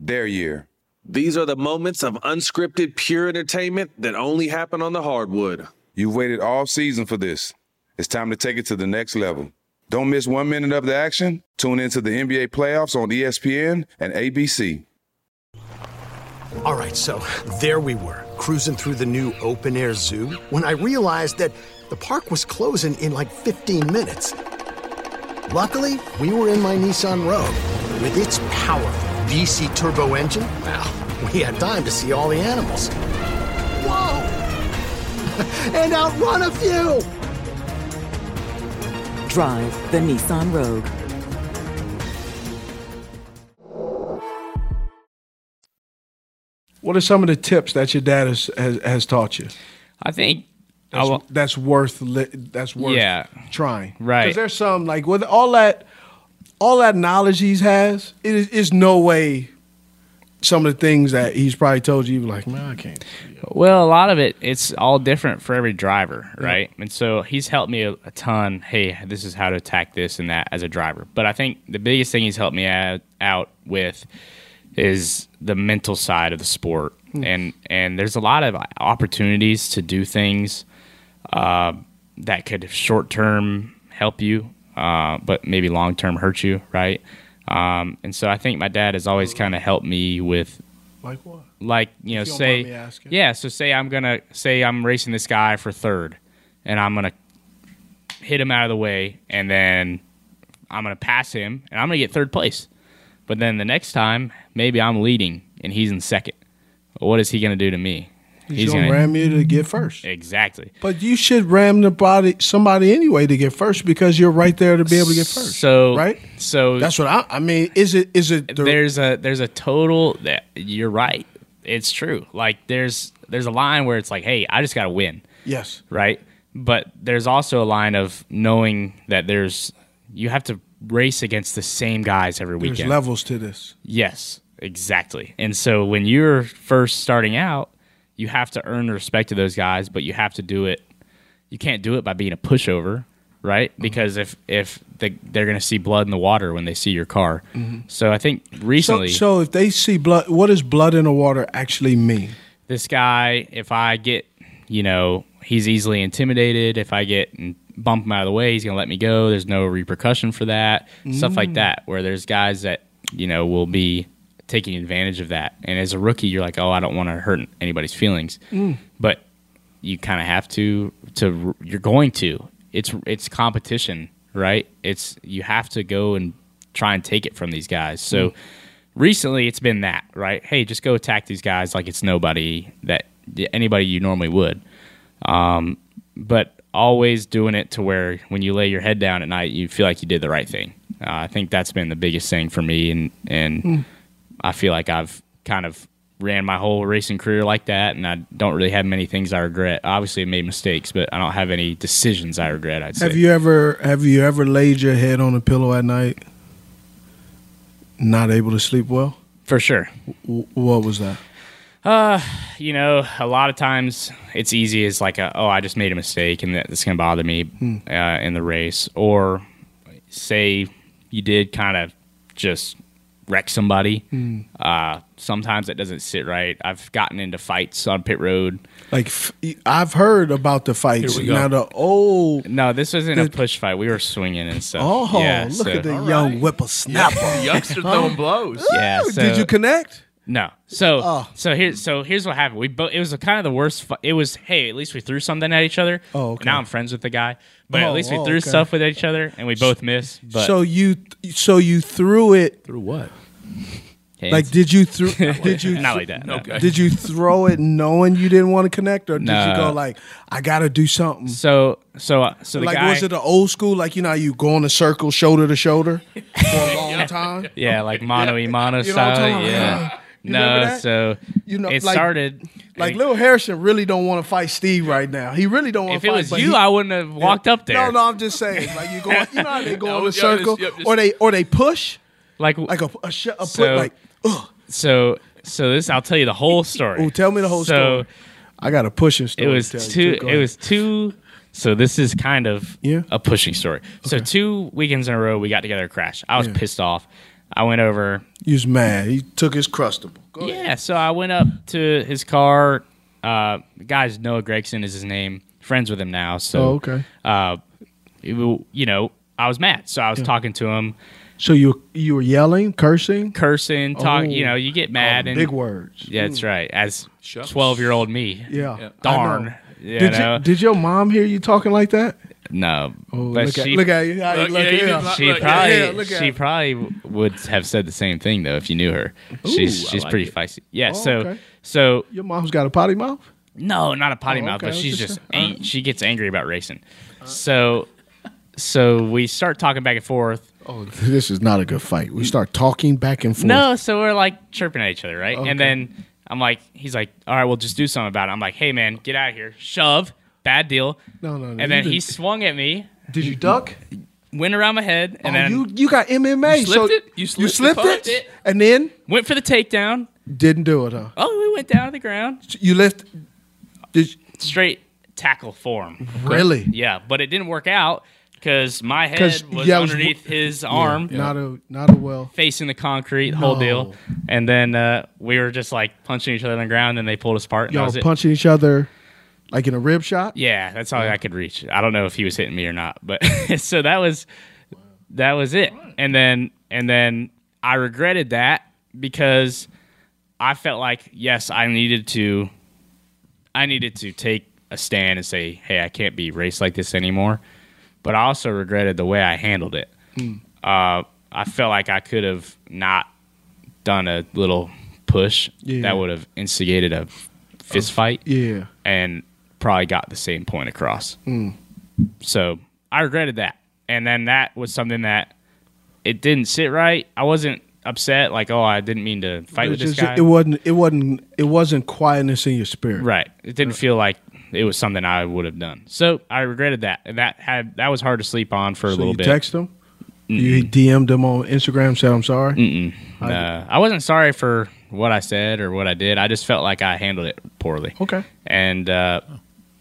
their year?
These are the moments of unscripted, pure entertainment that only happen on the hardwood.
You've waited all season for this. It's time to take it to the next level. Don't miss one minute of the action. Tune into the NBA playoffs on E ESPN and ABC.
All right, so there we were, cruising through the new open air zoo, when I realized that the park was closing in like 15 minutes. Luckily, we were in my Nissan Rogue. With its powerful VC turbo engine, well, we had time to see all the animals. Whoa! (laughs) and outrun a few!
Drive the Nissan Rogue.
What are some of the tips that your dad has has, has taught you?
I think I
That's,
wa-
that's worth li- that's worth
Yeah.
trying.
Right.
Because there's some like with all that all that knowledge he has, it is it's no way some of the things that he's probably told you, you're like, man, I can't.
Well, a lot of it, it's all different for every driver, right? And so he's helped me a, a ton. Hey, this is how to attack this and that as a driver. But I think the biggest thing he's helped me out, out with is the mental side of the sport. And and there's a lot of opportunities to do things uh, that could short term help you, uh, but maybe long term hurt you, right? Um, and so I think my dad has always kind of helped me with
Like what?
like you know
you don't
say
mind me asking.
yeah so say i'm gonna say i'm racing this guy for third and i'm gonna hit him out of the way and then i'm gonna pass him and i'm gonna get third place but then the next time maybe i'm leading and he's in second what is he gonna do to me
He's, gonna, ram you to get first.
exactly
But you should ram the body somebody anyway to get first because you're right there to be able to get first.
so
right?
so
That's what I I mean, is it is it the-
there's a there's a total that you're right it's true like there's there's a line where it's like hey i just gotta win
Yes.
right? But there's also a line of knowing that there's you have to race against the same guys every
There's
weekend.
levels to this.
Yes, exactly. And so when you're first starting out, you have to earn the respect of those guys, but you have to do it. You can't do it by being a pushover, right?
Mm-hmm.
Because if if they, they're going to see blood in the water when they see your car,
Mhm.
so I think recently
So, so if they see blood, what does blood in the water actually mean?
this guy, if I get, you know, he's easily intimidated. If I get and bump him out of the way, he's going to let me go. There's no repercussion for that. Stuff like
Mm.
that, where there's guys that, you know, will be taking advantage of that. And as a rookie, you're like, oh, I don't want to hurt anybody's feelings.
Mm.
But you kind of have to, to, you're going to. It's, it's competition, right? It's, you have to go and try and take it from these guys. So,
Mm.
recently it's been that right hey just go attack these guys like it's nobody that anybody you normally would um, but always doing it to where when you lay your head down at night you feel like you did the right thing uh, i think that's been the biggest thing for me and and
Hmm.
Mm.
i feel like i've kind of ran my whole racing career like that and i don't really have many things i regret obviously i made mistakes but i don't have any decisions i regret i'd say
Have you ever have you ever laid your head on a pillow at night, not able to sleep well?
For sure.
what was that?
Uh, you know, a lot of times it's easy as like, a, oh, I just made a mistake and that, that's going to bother me
Hmm.
uh, in the race. Or say you did kind of just wreck somebody.
Hmm.
Uh, sometimes that doesn't sit right. I've gotten into fights on pit road.
Like f- I've heard about the fights.
Here we go.
Now the old
No, this wasn't a
The-
push fight. We were swinging and stuff.
oh,
Yeah,
look
so-
at the young whippersnapper.
(laughs)
Youngster throwing blows.
Yeah.
Ooh,
so-
did you connect?
No. So
Oh.
so here's so here's what happened. We both it was a, kind of the worst. Fu- it was hey, at least we threw something at each other.
Oh, okay.
Now I'm friends with the guy, but
Oh,
at least we
oh,
threw
okay.
stuff with each other and we both missed. But
so you so you threw it
through what?
like did you throw did you
(laughs) Not like that, no. Okay.
did you throw it knowing you didn't want to connect or did you
No.
go like I got to do something?
So so so the
like
guy
was it the old school like you know how you go in a circle shoulder to
(laughs)
shoulder for a long time?
yeah like mono e mono
Oh, You know what I'm
style
talking about?
yeah.
You remember
no,
that?
so
You know,
it
like-
started.
Like Lil Harrison really don't want to fight Steve right now. He really don't want
If
to
it
fight.
was
but
you,
he-
I wouldn't have walked up there.
No, no, I'm just saying. Like you go, you know how they go
(laughs) No,
in a
yeah,
circle,
just- yep, just-
or they or they push,
like
like a a, sh- a
so,
put, like
so so this I'll tell you the whole story.
oh, tell me the whole
So,
story. I got a pushing story.
It was
to tell you,
two.
too. Go
It
ahead.
was two. So this is kind of a pushing story. So two weekends in a row, we got together at crash. I was
Yeah.
pissed off. I went over.
He was mad. He took his crustable.
Yeah. So I went up to his car. Uh, the guys, Noah Gregson is his name. Friends with him now. So
Oh, okay.
Uh, it will- you know, I was mad. So I was
Yeah.
talking to him,
So you you were yelling, cursing,
cursing, talk.
Oh.
you know, you get mad and
big words.
Yeah, that's right. As twelve-year-old me.
Yeah. Yeah. I
Darn.
know.
You
did
know?
you, did your mom hear you talking like that?
No, but
Oh, look at-
she,
look at you. Look, Look, yeah, you yeah. just-
she
look,
probably
yeah, look at
she
him.
probably w- would have said the same thing though if you knew her. she's
Ooh, I
she's
like
pretty
it.
feisty. Yeah.
Oh,
so
okay.
so
Your mom's got a potty mouth.
no, not a potty
Oh,
mouth,
okay, Uh. I
but
was
she's
just
just ang- she gets angry about racing. So so we start talking back and forth.
Oh, (laughs) This is not a good fight. We start talking back and forth.
No, so we're like chirping at each other, right? And then I'm like, he's like, all right, we'll just do something about it. I'm like, hey man, get out of here, shove, bad deal.
No, no, no.
And then
you
he
didn't-
swung at me.
Did you duck?
Went around my head, and
Oh,
then
you you got MMA.
You slipped
so
it? You slipped the punch?
it, and then
went for the takedown.
Didn't do it, huh?
Oh, we went down to the ground.
You left. Did
Straight
(laughs)
tackle form.
Really?
Yeah, but it didn't work out because my head
'Cause,
was
yeah, it was-
underneath his
yeah,
arm.
Not a not a well.
Facing the concrete, the whole deal, and then uh, we were just like punching each other on the ground, and they pulled us apart. And that
Y'all
was it.
punching each other like in a rib shot.
Yeah, that's all I could reach. I don't know if he was hitting me or not, but (laughs) so that was that was it. And then and then I regretted that because I felt like yes, I needed to I needed to take a stand and say, "Hey, I can't be raced like this anymore." But I also regretted the way I handled it.
Mm.
Uh, I felt like I could have not done a little push
Yeah.
that would have instigated a fist fight
Yeah.
and probably got the same point across.
Mm.
So I regretted that. And then that was something that it didn't sit right. I wasn't upset, like, oh, I didn't mean to fight
It
with this
just-
guy.
It wasn't. It wasn't. It wasn't quietness in your spirit.
right. It didn't feel like it was something I would have done. So I regretted that. And that had that was hard to sleep on for a
So
little
you
bit.
text him. You DM'd him on Instagram. Said I'm sorry.
Mm-mm. Uh, I wasn't sorry for what I said or what I did. I just felt like I handled it poorly.
Okay.
And uh,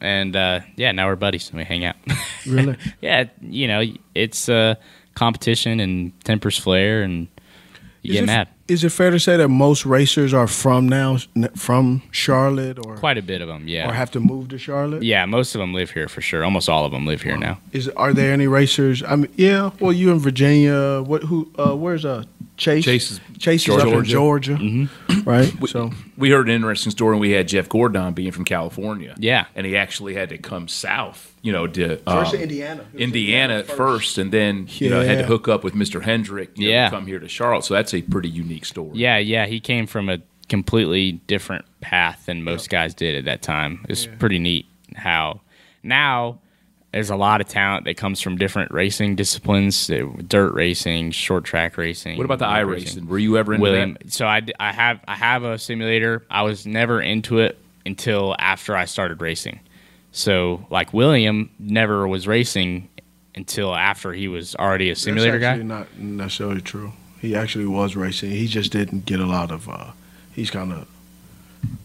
and uh, yeah, now we're buddies. and We hang out. (laughs)
Really?
yeah, you know, it's uh, competition and tempers flare, and you
is
get
it,
mad.
Is it fair to say that most racers are from now, from Charlotte, or
Quite a bit of them, yeah.
or have to move to Charlotte?
yeah, most of them live here for sure. Almost all of them live here now.
Is are there any racers? I mean, yeah. Well, you in Virginia. What? Who? Uh, where's uh Chase?
Chase is-
Chase is up in Georgia,
Georgia.
right? so
We heard an interesting story when we had Jeff Gordon on being from California.
Yeah.
And he actually had to come south, you know, to
First
um,
to Indiana. It was
Indiana at first, and then, you know, had to
Yeah.
hook up with Mr. Hendrick you know,
Yeah.
to come here to Charlotte. So that's a pretty unique story.
Yeah, yeah, he came from a completely different path than most guys did at that time. It's pretty neat how now there's a lot of talent that comes from different racing disciplines, uh, dirt racing, short track racing.
What about the
road
iRacing? Were you ever into
William? So I, d- I have I have a simulator. I was never into it until after I started racing. So like William never was racing until after he was already a simulator
That's
guy.
actually Not necessarily true. He actually was racing. He just didn't get a lot of. uh He's kind of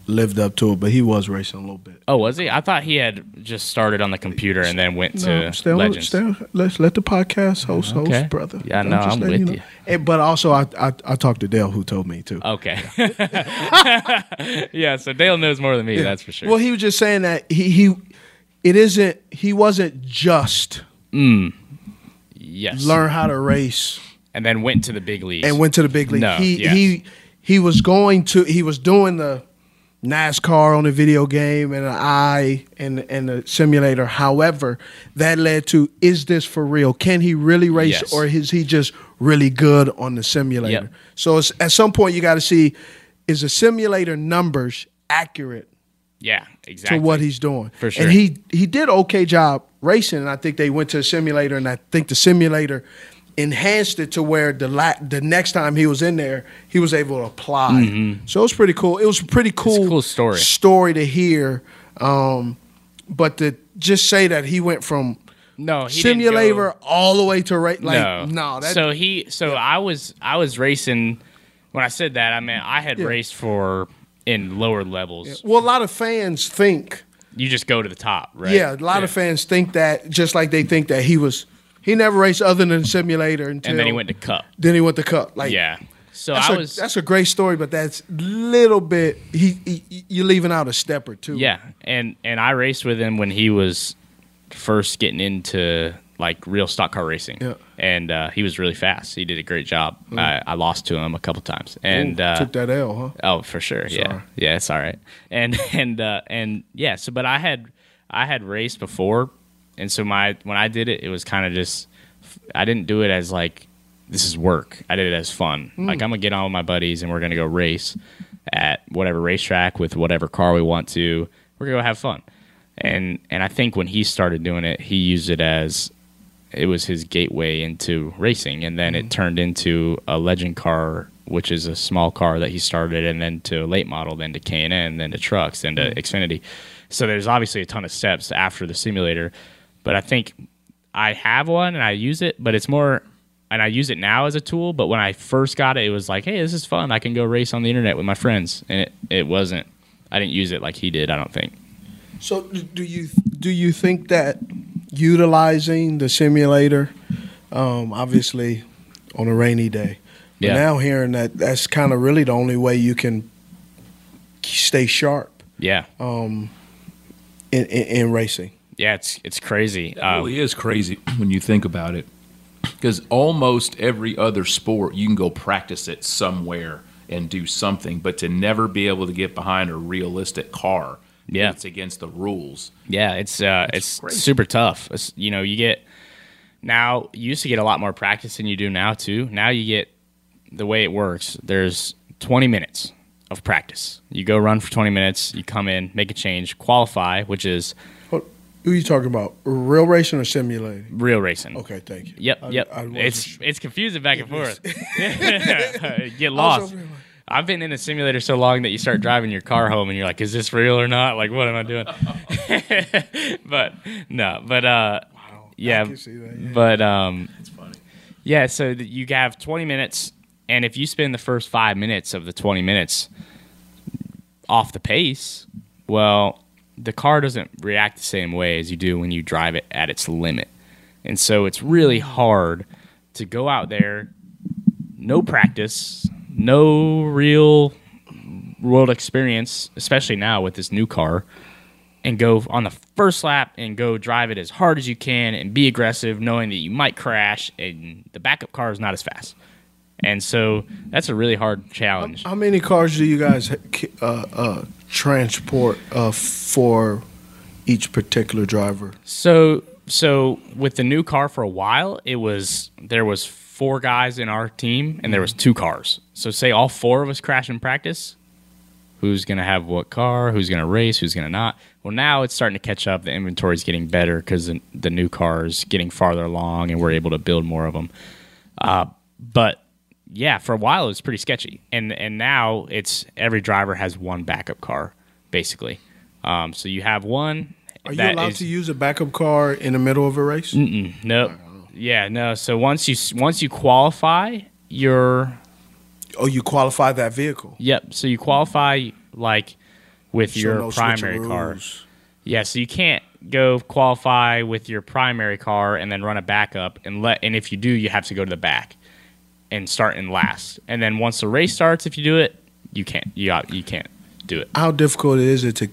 lived up to it, but he was racing a little bit.
Oh, was he? I thought he had just started on the computer and then went to
stay on,
Legends.
stay on, let's let the podcast host
Okay.
host, brother.
Yeah, no, I'm
letting
with
know. And- but also, I, I I talked to Dale, who told me too. (laughs)
Okay. (laughs) yeah, so Dale knows more than me,
Yeah.
that's for sure.
Well, he was just saying that he he it isn't he wasn't just
Mm. Yes.
learn how to race
And then went to the big leagues.
and went to the big league.
No,
he
yeah.
he he was going to he was doing the NASCAR on the video game and an eye and and a simulator. However, that led to is this for real? Can he really race
Yes.
or is he just really good on the simulator?
Yep.
So it's, at some point you got to see is the simulator numbers accurate
Yeah, exactly.
to what he's doing.
For sure.
And he he did okay job racing, and I think they went to a simulator, and I think the simulator enhanced it to where the la- the next time he was in there, he was able to apply.
Mhm.
So it was pretty cool. It was a pretty cool, cool story story to hear. Um, but to just say that he went from
no Oh, he didn't
simulator all the way to race, like
no.
no, that,
so he so I was I was racing when I said that, I mean I had
Yeah.
raced for in lower levels.
well, a lot of fans think
You just go to the top, right?
Yeah, a lot of fans think that just like they think that he was he never raced other than simulator until
and then he went to cup.
then he went to cup. Like
yeah. So
that's
I
a-
was
that's a great story, but that's little bit he, he you're leaving out a step or two.
Yeah, and and I raced with him when he was first getting into like real stock car racing.
Yeah.
and uh, he was really fast. He did a great job.
Mm.
I, I lost to him a couple times,
Ooh,
and uh,
took that L, huh?
Oh, for sure. Yeah,
Sorry.
yeah, it's all right. And (laughs) and uh, and yeah. So, but I had I had raced before, and so my when I did it, it was kind of just I didn't do it as like this is work. I did it as fun.
Mm.
Like I'm gonna get on with my buddies and we're gonna go race at whatever racetrack with whatever car we want to. We're gonna go have fun. And and I think when he started doing it, he used it as it was his gateway into racing and then it turned into a legend car which is a small car that he started and then to a late model then to k&n then to trucks then to xfinity so there's obviously a ton of steps after the simulator but i think i have one and i use it but it's more and i use it now as a tool but when i first got it it was like hey this is fun i can go race on the internet with my friends and it, it wasn't i didn't use it like he did i don't think
So d- do you do you think that utilizing the simulator, um, obviously, on a rainy day, but
Yeah.
now hearing that that's kind of really the only way you can stay sharp
yeah
um, in, in, in racing.
yeah it's it's crazy Um,
It really Oh, is crazy (clears throat) when you think about it, because almost every other sport you can go practice it somewhere and do something, but to never be able to get behind a realistic car,
Yeah.
it's against the rules.
Yeah, it's uh, it's
crazy.
super tough. It's- you know, you get now you used to get a lot more practice than you do now too. Now you get the way it works. There's 20 minutes of practice. You go run for 20 minutes. You come in, make a change, qualify, which is
Who are you talking about? Real racing or simulating?
real racing.
Okay, thank you.
Yep,
I-
yep.
I wasn't
it's it's confusing back and forth.
(laughs)
(laughs)
I
get
was
lost.
over
I've been in the simulator so long that you start driving your car home and you're like, is this real or not? Like, what am I doing? (laughs) but no, but uh, yeah,
can see that, yeah.
but um, it's funny. Yeah, so that you have 20 minutes, and if you spend the first five minutes of the 20 minutes off the pace, well, the car doesn't react the same way as you do when you drive it at its limit. And so it's
Mm.
really hard to go out there, no practice, no real world experience, especially now with this new car, and go on the first lap and go drive it as hard as you can and be aggressive, knowing that you might crash and the backup car is not as fast. And so that's a really hard challenge.
How many cars do you guys uh, uh, transport uh, for each particular driver?
So so with the new car for a while, it was there was four guys in our team and there was two cars. So say all four of us crash in practice, who's going to have what car, who's going to race, who's going to not. Well, now it's starting to catch up. The inventory's getting better cuz the, the new car's getting farther along and we're able to build more of them. Uh, but yeah, for a while it was pretty sketchy, and and now it's every driver has one backup car basically. Um, so you have one.
Are you
that
allowed
is- Mm.
to use a backup car in the middle of a race?
Mm-mm,
Oh,
no. Yeah, no. So once you s- once you qualify, you're
Oh, you qualify that vehicle.
Yep. So you qualify like with
So
your
no switching
primary car.
rules.
Yeah. So you can't go qualify with your primary car and then run a backup and let and if you do, you have to go to the back and start in last. And then once the race starts, if you do it, you can't. You got, you can't do it.
How difficult is it to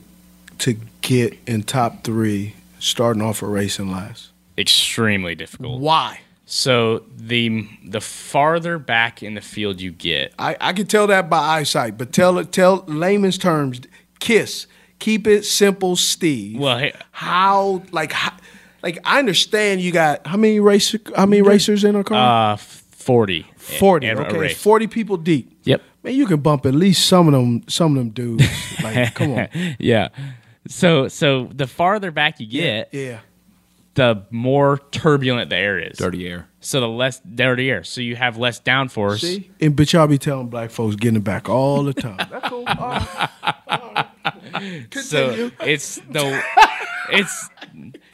to get in top three starting off a race in last?
Extremely difficult. Why? So the the farther back in the field you get,
I, I can tell that by eyesight, but tell it tell layman's terms. Kiss. Keep it simple, Steve.
well, hey,
How like how, like I understand you got how many racer how many racers in a car?
uh, forty.
Forty.
Every
Okay,
race.
forty people deep.
Yep.
Man, you can bump at least some of them some of them dudes. like come on.
yeah. So so the farther back you get,
Yeah.
the more turbulent the air is.
Dirty air.
So the less dirty air. So you have less downforce.
See? And but y'all be telling black folks getting it back all the time.
So it's the it's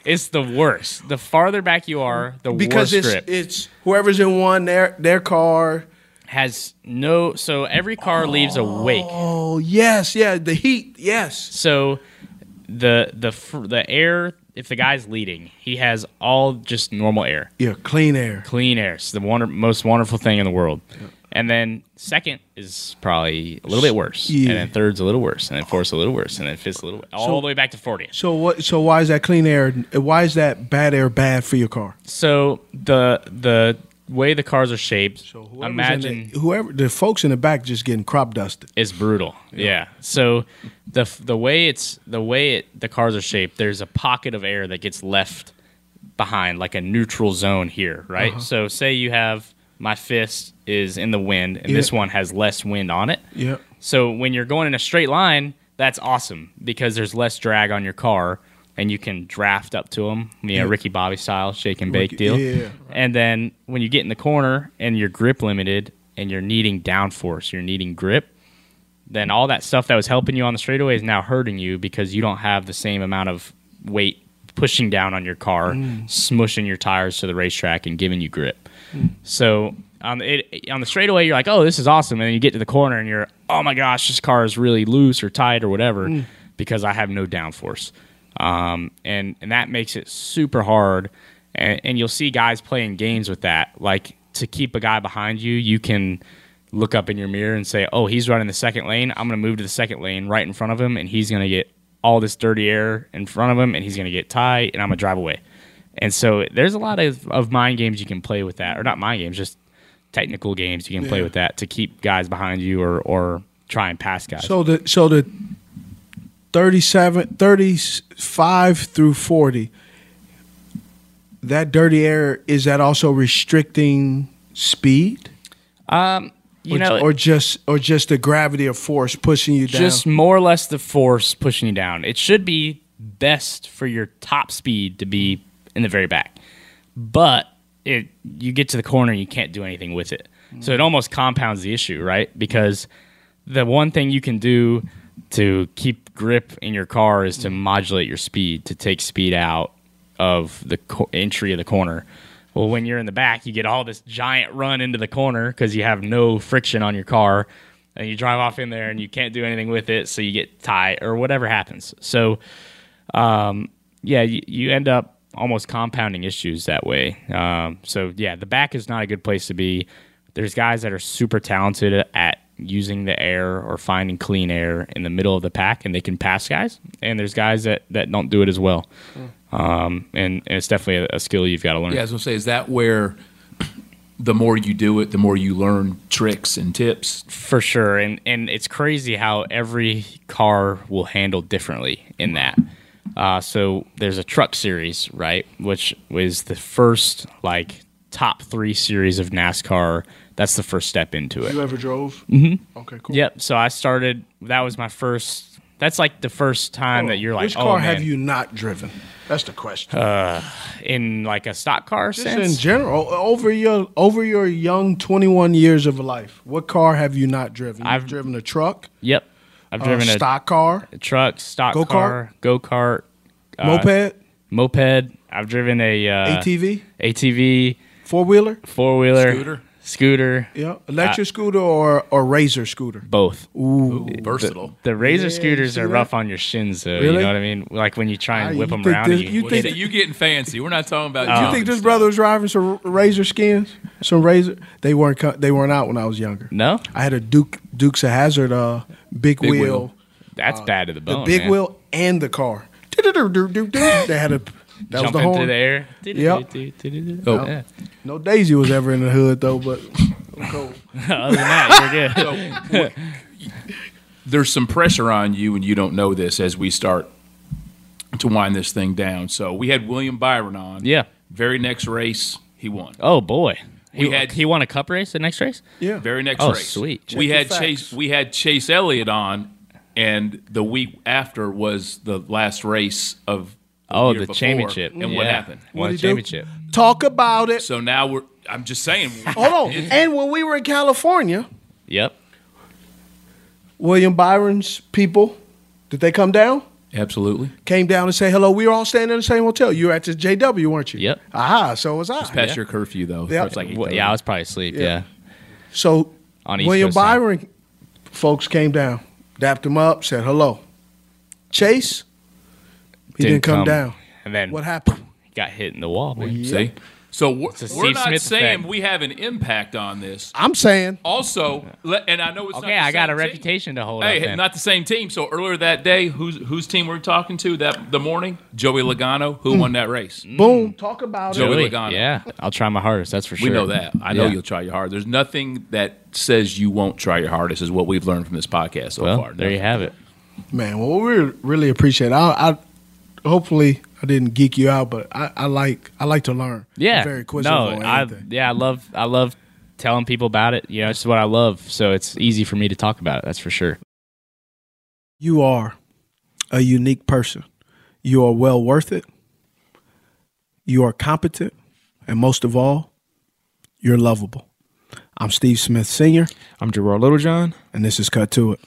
it's the worst. The farther back you are, the
because
worse
it's
grip
it's whoever's in one their their car.
has no. So every car leaves a wake.
Oh yes, yeah, the heat, yes.
So the the fr- the air. If the guy's leading, he has all just normal air.
Yeah, clean air.
Clean air. It's the wonder- most wonderful thing in the world. And then second is probably a little bit worse.
Yeah.
And then third's a little worse. And then fourth's a little worse. And then fifth's a little all the way back to 40th.
So what so why is that clean air why is that bad air bad for your car?
So the the way the cars are shaped,
Whoever's in the-
imagine
whoever the folks in the back just getting crop dusted.
it's brutal. Yeah. So the f- the way it's the way it the cars are shaped, there's a pocket of air that gets left behind, like a neutral zone here, right?
Uh-huh.
So say you have my fist is in the wind, and
Yeah.
this one has less wind on it.
Yeah.
So when you're going in a straight line, that's awesome because there's less drag on your car, and you can draft up to them, you know,
Yeah.
Ricky Bobby style, shake and bake
Ricky-
deal.
yeah.
And then when you get in the corner and you're grip limited and you're needing downforce, you're needing grip, then all that stuff that was helping you on the straightaway is now hurting you because you don't have the same amount of weight pushing down on your car,
Mm.
smushing your tires to the racetrack and giving you grip. So on the, it, on the straightaway, you're like, oh, this is awesome. And then you get to the corner and you're, oh my gosh, this car is really loose or tight or whatever
Mm.
because I have no downforce. Um, and, and that makes it super hard. And, and you'll see guys playing games with that. Like to keep a guy behind you, you can look up in your mirror and say, oh, he's running the second lane. I'm going to move to the second lane right in front of him and he's going to get all this dirty air in front of him and he's going to get tight and I'm going to drive away. And so there's a lot of, of mind games you can play with that, or not mind games, just technical games you can play
Yeah.
with that to keep guys behind you or, or try and pass guys.
So the so the 37 35 through 40 that dirty air is that also restricting speed?
Um you
or,
know,
or just or just the gravity of force pushing you down.
just more or less the force pushing you down. It should be best for your top speed to be in the very back, but it you get to the corner and you can't do anything with it. So it almost compounds the issue, right? Because the one thing you can do to keep grip in your car is to modulate your speed to take speed out of the co- entry of the corner. Well, when you're in the back, you get all this giant run into the corner because you have no friction on your car, and you drive off in there and you can't do anything with it, so you get tight or whatever happens. So um, yeah, you, you end up almost compounding issues that way. Um, so yeah, the back is not a good place to be. There's guys that are super talented at using the air or finding clean air in the middle of the pack, and they can pass guys. And there's guys that that don't do it as well. Um, and, and it's definitely a, a skill you've got to learn.
Yeah, I was gonna say, is that where the more you do it, the more you learn tricks and tips?
for sure and and it's crazy how every car will handle differently in that uh, so there's a truck series right which was the first like top three series of nascar that's the first step into it
You ever drove?
Mm-hmm.
Okay, cool.
Yep. So I started. That was my first. That's like the first time that you're like,
Which car
oh,
have
man.
you not driven? That's the question.
Uh, in like a stock car
Just
sense.
in general, o- over your over your young 21 years of life, what car have you not driven? You've
I've-
driven a truck,
Yep. I've
Uh,
driven a
stock car?
a truck, stock
Go-kart?
car, go kart,
Moped?
moped. I've driven a uh,
ATV?
ATV,
four wheeler,
four wheeler,
Scooter?
scooter.
yeah, electric scooter or or razor scooter?
Both.
Ooh,
versatile.
The
Yeah,
razor
you
scooters
see
are
that?
rough on your shins, though. You
Really?
know what I mean? Like when you try and
Ah,
whip
you
them
think
around.
this-
and
you
you,
Well,
think-
see, you getting fancy? We're not talking about. Um,
you think this brother was driving some r- razor skins, some razor? They weren't co- they weren't out when I was younger.
No,
I had a Duke Dukes of Hazard, uh, big,
Big
wheel,
wheel. that's bad to the
Uh, the
bone.
big
man.
wheel, and the car. They had a that was
Jumping
the horn.
through the air.
(laughs) Yep.
Oh.
Yeah.
No Daisy was ever in the hood though, but
(laughs) Other than that,
(laughs)
you're good.
there's some pressure on you, and you don't know this as we start to wind this thing down. So we had William Byron on.
Yeah.
Very next race, he won.
Oh boy,
We
he,
had-
he won a cup race. The next race. (laughs)
yeah,
Very next
Oh,
race.
sweet.
we
Check
had
the
Chase. We had Chase Elliott on, and the week after was the last race of.
Oh,
year
the
before,
championship.
And what
Yeah.
happened?
Won a
he do?
championship.
talk about it.
So now we're. I'm just saying.
Hold on. And when we were in California,
Yep.
William Byron's people, did they come down?
Absolutely.
Came down and say hello. We were all standing in the same hotel. You were at the JW, weren't you?
Yep.
Aha, so was I.
Past your curfew though.
Yeah.
It's like uh,
Well, yeah, I was probably asleep. Yeah.
So
On East
William
Coast time.
Byron folks came down, dapped him up, said hello. Chase, he didn't, come, down.
And then
What happened?
got hit in the wall. man.
See? So we're,
a Steve
we're not
Smith
saying
effect.
we have an impact on this.
I'm saying
Also, let, and I know it's
Okay,
not the
I got a
same team.
reputation to hold.
Hey,
up, man.
not the same team. So earlier that day, whose whose team we are talking to that the morning? Joey Logano,
Hmm.
who won that race.
Mm.
boom, talk about
Joey
it.
Really?
Logano.
Yeah, I'll try my hardest. That's for sure.
We know that. I know
Yeah.
you'll try your hardest. There's nothing that says you won't try your hardest. Is what we've learned from this podcast so
Well,
far.
there you have it.
Man, well, we really appreciate it. I, I hopefully I didn't geek you out, but I, I like I like to learn. I'm
Yeah.
very
no,
inquisitive on
I
anything.
yeah, I love I love telling people about it. You know, it's what I love. So it's easy for me to talk about it. That's for sure.
You are a unique person. You are well worth it. You are competent. And most of all, you're lovable. I'm Steve Smith Sr.,
I'm Gerard Littlejohn.
and this is Cut to It.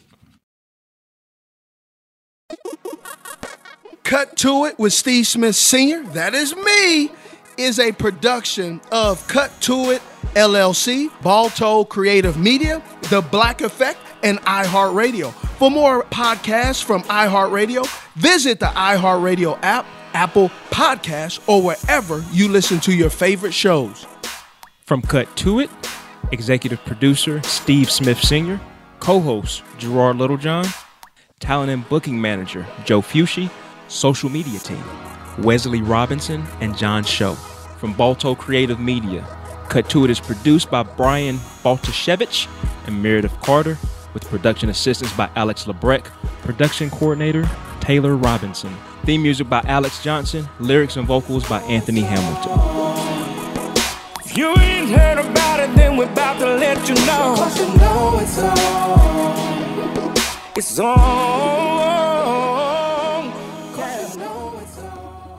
Cut to It with Steve Smith Sr., that is me, is a production of Cut to It LLC, Balto Creative Media, The Black Effect, and iHeartRadio. For more podcasts from iHeartRadio, visit the iHeartRadio app, Apple Podcasts, or wherever you listen to your favorite shows.
From Cut to It, executive producer Steve Smith Sr., co host Gerard Littlejohn, talent and booking manager Joe Fushi, social media team Wesley Robinson and John Show. From Balto Creative Media, Cut to It is produced by Brian Baltashevich and Meredith Carter, with production assistance by Alex LeBrec, production coordinator Taylor Robinson. Theme music by Alex Johnson, lyrics and vocals by Anthony Hamilton.
If you ain't heard about it, then we're about to let you know. Cause you know it's on. It's on. 'Cause you know it's on.